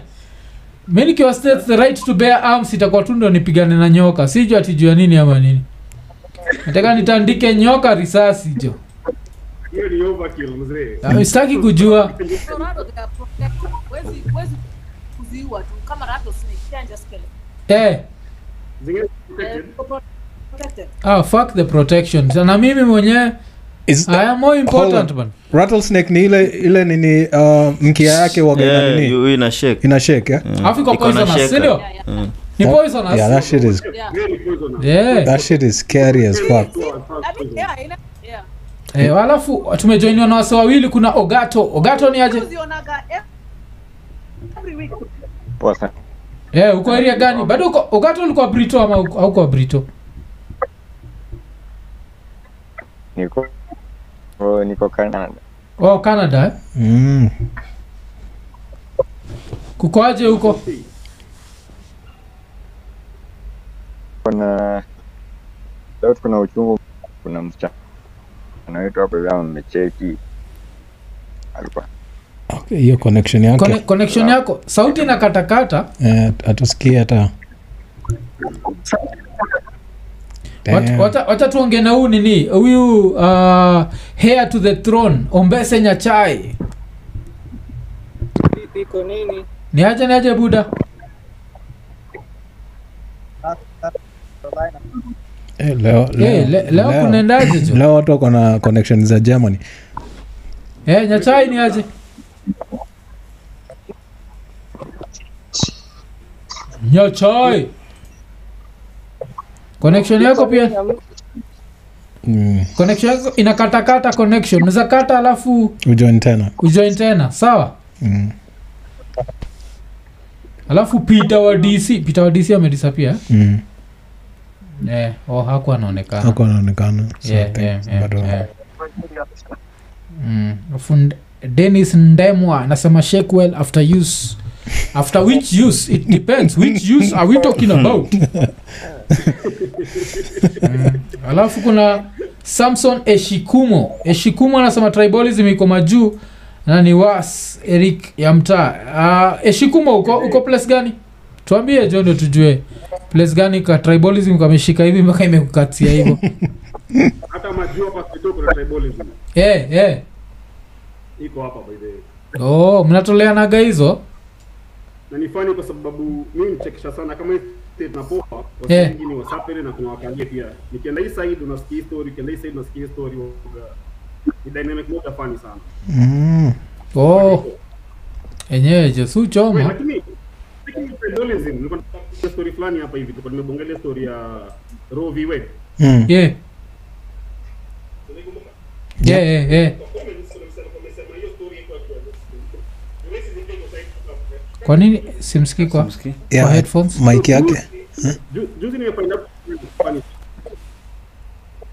[SPEAKER 1] mi nikiwa states the right to bear arms itakuwa tu ndo nipigane na nyoka sijua atijua nini ama nini nataka nitandike nyoka risasi jo
[SPEAKER 10] hiyo ni overkill mzee
[SPEAKER 1] Ah, sitaki kujua
[SPEAKER 6] So rattle they are protected. Huwezi- huwezi kuziua tu kama rattlesnake you can't just kill it.
[SPEAKER 1] eh,
[SPEAKER 10] zingine
[SPEAKER 6] Eh,
[SPEAKER 10] protected
[SPEAKER 6] iko pro- protected.
[SPEAKER 1] ah, fuck the protection na mimi mwenyewe
[SPEAKER 2] is
[SPEAKER 1] i am more important man
[SPEAKER 2] rattlesnake ni ile ile nini uh, mkia yake waga ina
[SPEAKER 5] yeah,
[SPEAKER 2] nini
[SPEAKER 5] Eh, yu- yu ina shake
[SPEAKER 2] ina shake eh?
[SPEAKER 5] Mm.
[SPEAKER 1] Alafu iko
[SPEAKER 5] Iko na
[SPEAKER 1] poisonous,
[SPEAKER 5] shaker.
[SPEAKER 1] si ndio?
[SPEAKER 6] Yeah, yeah.
[SPEAKER 5] Mm.
[SPEAKER 1] ni
[SPEAKER 2] That-
[SPEAKER 1] poisonous
[SPEAKER 2] yeah that shit is
[SPEAKER 6] Yeah.
[SPEAKER 10] very poisonous
[SPEAKER 1] yeah.
[SPEAKER 2] that shit is scary as fuck
[SPEAKER 6] I mean, yeah, ina- yeah.
[SPEAKER 1] E, alafu tumejoiniwa na wase wawili kuna ogato ogato ni aje
[SPEAKER 6] Uzionaga ev- every week.
[SPEAKER 1] e, uko area gani bado uko ogato ulikuwa brito ama uko- haukuwa brito
[SPEAKER 11] niko oh, niko Canada.
[SPEAKER 1] oh, canada eh?
[SPEAKER 2] mm.
[SPEAKER 1] kuko aje huko
[SPEAKER 11] Kuna leo kuna uchungu, kuna msichana wetu hapa vile mmecheki, alikuwa
[SPEAKER 2] okay, hiyo connection yake
[SPEAKER 1] Conne- connection yako sauti na katakata
[SPEAKER 2] Eh, hatusikii hata Damn.
[SPEAKER 1] wacha wacha tuonge na huu nini huyu uh, hair to the throne ombese nyachai
[SPEAKER 8] iko nini
[SPEAKER 1] ni aje ni aje buda
[SPEAKER 2] Eh, leo
[SPEAKER 1] Eh, le- leo kunaendaje jo?
[SPEAKER 2] leo watu wako na connection za germany
[SPEAKER 1] e, nyachai ni aje nyachai connection yako pia
[SPEAKER 2] mm.
[SPEAKER 1] connection yako inakatakata connection unaweza kata alafu
[SPEAKER 2] ujoin tena
[SPEAKER 1] ujoin tena sawa
[SPEAKER 2] mm.
[SPEAKER 1] alafu peter wa dc peter wa dc amedisapia
[SPEAKER 2] mm.
[SPEAKER 1] eh, oh, haku anaonekana
[SPEAKER 2] ako anaonekana So
[SPEAKER 1] Yeah,
[SPEAKER 2] I think
[SPEAKER 1] yeah, yeah,
[SPEAKER 2] bado-
[SPEAKER 1] yeah. Mm, alafu Nd- dennis ndemwa anasema shake well after use after which use it depends which use are we talking about mm. alafu kuna samson eshikumo eshikumo anasema tribalism iko majuu na ni was eric ya mtaa uh, eshikumo uko, uko place gani tuambie jo ndio tujue place gani ka tribalism kameshika hivi mpaka imekukatia hivyo
[SPEAKER 10] hata majuu hapa kitu kuna tribalism
[SPEAKER 1] eh eh
[SPEAKER 10] iko hapa by the way
[SPEAKER 1] oh mnatoleanaga hizo
[SPEAKER 10] na ni funny kwa sababu mi mchekesha sana kama hizi state na popa watu
[SPEAKER 1] Eh.
[SPEAKER 10] wengi ni wasapere na kuna wakalie pia nikienda hii side unasikia hii story ukienda hii side unasikia hii story waga. ni dynamic moja funny sana
[SPEAKER 2] mm.
[SPEAKER 1] oh enyewe je si
[SPEAKER 10] Wait,
[SPEAKER 1] uchoma
[SPEAKER 10] lakini speaking of tribalism nilikuwa nataka story fulani hapa hivi tulikuwa nimebongelea story ya Roe v Wade
[SPEAKER 2] Mm.
[SPEAKER 1] ye ye ye ye kwa nini simsikii kwa
[SPEAKER 5] Msikii?
[SPEAKER 2] Yeah,
[SPEAKER 1] Kwa headphones?
[SPEAKER 2] mic yake
[SPEAKER 10] Ju- juzi nimefind out funny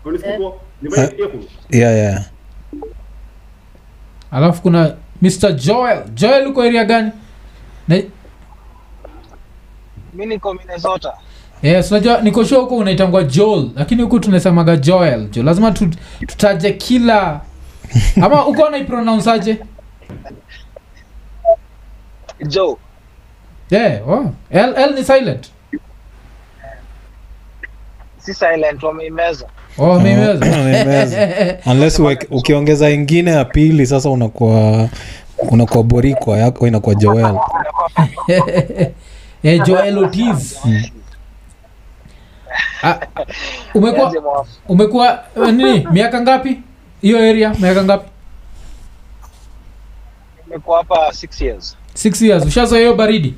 [SPEAKER 10] unisikia
[SPEAKER 2] Eh. yeah, yeah.
[SPEAKER 1] alafu kuna mr joel joel uko area gani Na-
[SPEAKER 12] mi niko minnesota
[SPEAKER 1] yes Eh, unajua nikoshua huko unaitangwa joel lakini huku tunasemaga joel jo lazima tu, tutaje kila ama huko anaipronounsaje
[SPEAKER 4] jo
[SPEAKER 1] yeah, oh. l, l ni silent
[SPEAKER 12] si silent wameimeza
[SPEAKER 1] oh,
[SPEAKER 2] Wameimeza.
[SPEAKER 1] ameimeza
[SPEAKER 2] unless uwek- ukiongeza ingine ya pili sasa unakuwa unakuwa borikwa yako inakuwa joel
[SPEAKER 1] eh, joel otis
[SPEAKER 2] Mm.
[SPEAKER 1] Ah, ah, umekuwa umekuwa eh, nini miaka ngapi hiyo area miaka ngapi
[SPEAKER 12] imekuwa hapa six years
[SPEAKER 1] six years ushazoea hiyo baridi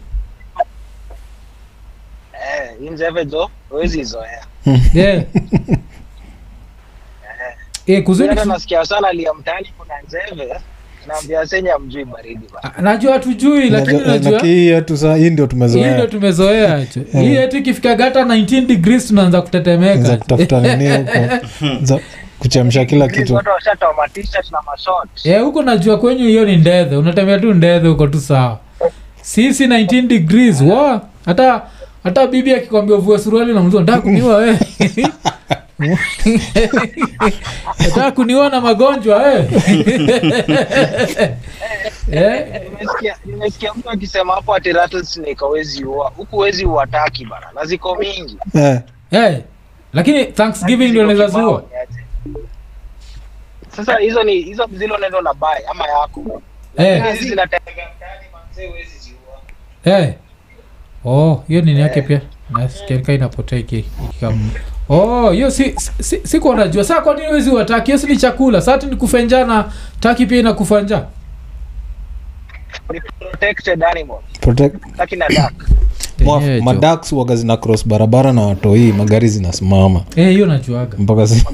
[SPEAKER 12] eh, hii nzeve jo huwezi izoea
[SPEAKER 1] yeah. eh, kuzuri
[SPEAKER 2] Yaani
[SPEAKER 12] hata
[SPEAKER 1] tu-
[SPEAKER 12] nasikia Yaani sana lia mtaani kuna nzeve naambia senye amjui baridi bana.
[SPEAKER 1] ah, najua hatujui lakini
[SPEAKER 2] Unajua-
[SPEAKER 1] najua
[SPEAKER 2] lakini hii yetu sa hii ndio
[SPEAKER 1] hii ndio
[SPEAKER 2] tumezoea
[SPEAKER 1] tumezoea acho
[SPEAKER 2] Eh.
[SPEAKER 1] hii yetu ikifikaga hata 19 degrees tunaanza
[SPEAKER 2] za
[SPEAKER 1] kutetemeka (laughs)
[SPEAKER 2] kutafuta nini huko za kuchemsha kila
[SPEAKER 12] Hizi
[SPEAKER 2] kitu
[SPEAKER 12] watu washatwa matishati na mashot
[SPEAKER 1] Eh, huko najua kwenyu hiyo ni ndedhe unatembea tu ndedhe huko tu sawa sisi 19 degrees wa hata hata bibi akikwambia uvue suruali na mzua ndaa kuniwa we (laughs) ndaa kuniwa na magonjwa we (laughs) eh.
[SPEAKER 12] Nimesikia- nimesikia mtu akisema hapo ati rattlesnake hawezi ua huku huwezi uwataki bana na ziko mingi
[SPEAKER 2] eh.
[SPEAKER 1] Eh, lakini thanksgiving ndio naweza zua
[SPEAKER 12] sasa hizo ni hizo zilo neno la bai ama yako
[SPEAKER 1] Eh.
[SPEAKER 12] Lakini hizi zinatembea mtaani manze huwezi ziua
[SPEAKER 1] Eh. Oh, hiyo nini yake pia nasikika inapotea iki- ikikam. Oh, hiyo si si, si kwa unajua. Sasa kwa nini wezi wataki? Hiyo si ni chakula. Sasa ati ni kufa na taki pia inakufa njaa.
[SPEAKER 12] ni protected animal
[SPEAKER 2] Protect-
[SPEAKER 12] taki na duck
[SPEAKER 2] Mwaf- madaks waga zina cross barabara na watoi magari zinasimama
[SPEAKER 1] Eh, hiyo najuaga.
[SPEAKER 2] mpaka si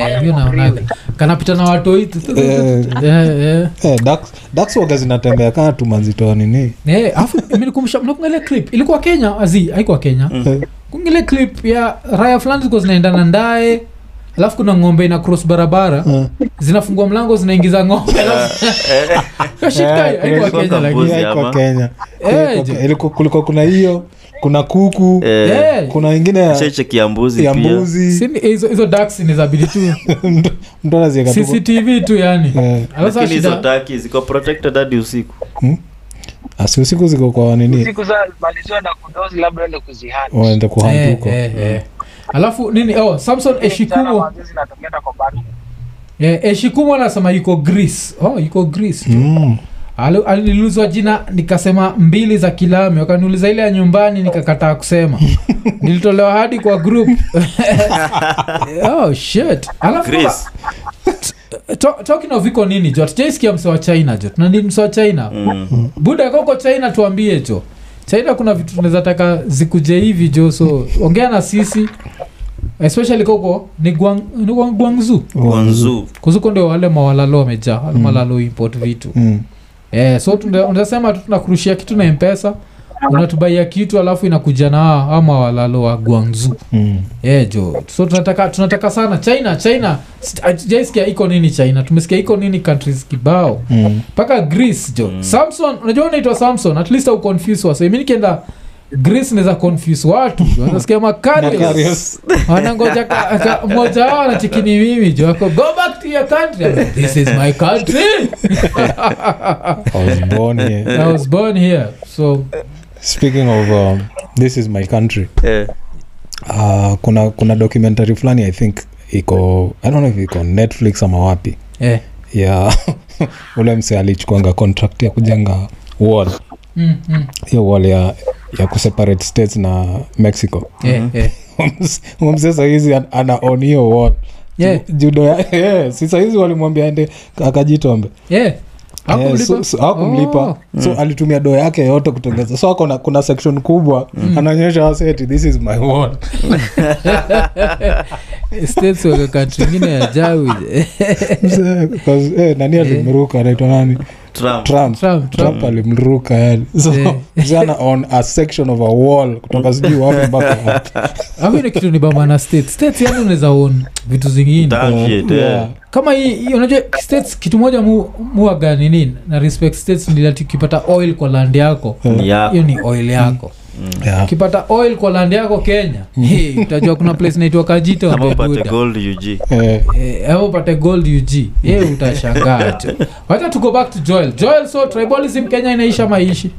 [SPEAKER 1] Eh, hiyo naonaga. Kanapita na watoi.
[SPEAKER 2] Eh.
[SPEAKER 1] Eh,
[SPEAKER 2] eh, ducks- ducks waga zinatembea kaa tumanzitoa nini
[SPEAKER 1] Eh, (laughs) afu imenikumbusha mnakumbuka ile clip ilikuwa Kenya, azi haikuwa Kenya.
[SPEAKER 2] Mm.
[SPEAKER 1] Kuna ile clip ya raya fulani zilikuwa zinaendana ndaye alafu kuna ng'ombe ina cross barabara
[SPEAKER 2] Mm.
[SPEAKER 1] zinafungua mlango zinaingiza
[SPEAKER 5] (laughs)
[SPEAKER 1] ng'ombe Hiyo Oh, shit guy,
[SPEAKER 5] Eh,
[SPEAKER 1] haikuwa Kenya
[SPEAKER 5] kulikuwa kambuzi
[SPEAKER 1] lakini.
[SPEAKER 5] hapa.
[SPEAKER 2] kwa kenya
[SPEAKER 1] Eh,
[SPEAKER 2] Kuliko-
[SPEAKER 1] je.
[SPEAKER 2] iliko- kuliko kuna hiyo kuna kuku
[SPEAKER 5] Eh.
[SPEAKER 2] kuna ingine ya-
[SPEAKER 5] shaicheki ya mbuzi
[SPEAKER 2] ya
[SPEAKER 5] pia
[SPEAKER 2] mbuzi
[SPEAKER 1] Si ni- hizo hizo ducks ni zabidi
[SPEAKER 2] (laughs)
[SPEAKER 1] tu
[SPEAKER 2] Mtu- mtu anazieka tu Eh. kwa-
[SPEAKER 1] cctv tu yani Alafu sasa
[SPEAKER 5] lakini hizo
[SPEAKER 1] shida-
[SPEAKER 5] taki ziko protected hadi usiku
[SPEAKER 2] asi Ah, usiku ziko kwa nini
[SPEAKER 12] siku za maliziwa na kudozi labda ende kuzihani
[SPEAKER 2] waende
[SPEAKER 1] Eh,
[SPEAKER 2] kuhamtuko
[SPEAKER 1] eh, eh. alafu nini oh, samson eshikumo
[SPEAKER 12] zinatokea hata kwa batu
[SPEAKER 1] eh, eshikumo anasema yuko greece oh, yuko greece
[SPEAKER 2] mm.
[SPEAKER 1] Alu- aliluzwa jina nikasema mbili za kilami wakaniuliza ile ya nyumbani nikakataa
[SPEAKER 2] (laughs)
[SPEAKER 1] kusema nilitolewa hadi kwa group (laughs) oh, shit. Alafu,
[SPEAKER 5] Chris.
[SPEAKER 1] to- talking of iko nini jo tujaisikia mse wa china jo tuna nini mse wa china
[SPEAKER 5] Mm.
[SPEAKER 1] buda koko china tuambie jo china kuna vitu tunaweza taka zikuje hivi jo so ongea na sisi especially koko ni guang, ni guang, guangzu
[SPEAKER 5] wanzu
[SPEAKER 1] kuzuko ndio wale mawalalo wamejaa wale malalo import vitu
[SPEAKER 2] Mm.
[SPEAKER 1] eh, so tuna- unasema tu tunakurushia kitu na mpesa unatubaia kitu alafu inakuja na ama walalo wa guangzu
[SPEAKER 2] Mm.
[SPEAKER 1] eh, jo so tunataka tunataka sana china china St- hatujaisikia iko nini china tumesikia iko nini countries kibao
[SPEAKER 2] Mm.
[SPEAKER 1] mpaka greece jo samson unajua unaitwa samson at least au confuse wasa mi nikienda greece naweza confuse watu jo nasikia makarios
[SPEAKER 2] Macarius.
[SPEAKER 1] (laughs) wanangoja ka- ka- mmoja wao anachikini mimi jo ako go back to your country I'm like, this is my country
[SPEAKER 2] I was born here.
[SPEAKER 1] i was born here so
[SPEAKER 2] speaking of um, this is my country
[SPEAKER 5] eh.
[SPEAKER 2] uh, kuna kuna documentary fulani i think iko i don't know if iko netflix ama wapi
[SPEAKER 1] eh,
[SPEAKER 2] ya (laughs) ule mse alichukuanga contract ya kujenga wall
[SPEAKER 1] mm, mm,
[SPEAKER 2] hiyo wall ya, ya kuseparate states na mexico
[SPEAKER 1] eh,
[SPEAKER 2] (laughs)
[SPEAKER 1] eh.
[SPEAKER 2] Huyo Mhm. mse sahizi an- ana on hiyo wall
[SPEAKER 1] Yeah.
[SPEAKER 2] Ju- judo ya (laughs) yeah. si sahizi walimwambia ende akajitombe
[SPEAKER 1] Yeah.
[SPEAKER 2] Yeah, so- so- hakumlipa
[SPEAKER 1] Oh.
[SPEAKER 2] so alitumia doo yake yote kutengeza so kuna, kuna section kubwa
[SPEAKER 1] Mm.
[SPEAKER 2] anaonyesha waseti this is my wall
[SPEAKER 1] (laughs) States waka country ingine ya
[SPEAKER 2] (laughs)
[SPEAKER 1] jawi
[SPEAKER 2] Mzee, 'cause, eh, nani alimruka anaitwa nani
[SPEAKER 5] Trump.
[SPEAKER 2] trump
[SPEAKER 1] Trump,
[SPEAKER 2] trump alimruka yani so
[SPEAKER 1] Eh.
[SPEAKER 2] mzee ana on a section of a wall kutoka sijui wapi mpaka wapi.
[SPEAKER 1] hapo ile kitu ni bamana state state yani unaweza own vitu zingine
[SPEAKER 5] Target, eh.
[SPEAKER 2] Yeah.
[SPEAKER 1] kama hii hii unajua states kitu moja mu- muaga nini na respect states ni ati ukipata oil kwa land yako
[SPEAKER 5] Mm. Ni yako.
[SPEAKER 1] hiyo ni oil yako
[SPEAKER 5] Mm.
[SPEAKER 2] Yeah.
[SPEAKER 1] ukipata oil kwa land yako kenya hey, utajua kuna place naitwa kajito
[SPEAKER 5] ama Mm. upate
[SPEAKER 1] Mbebuda.
[SPEAKER 5] gold ug
[SPEAKER 1] Eh, au upate gold ug
[SPEAKER 5] (laughs)
[SPEAKER 1] ye utashangaa tu wacha tuko back to joel joel so tribalism kenya inaisha maishi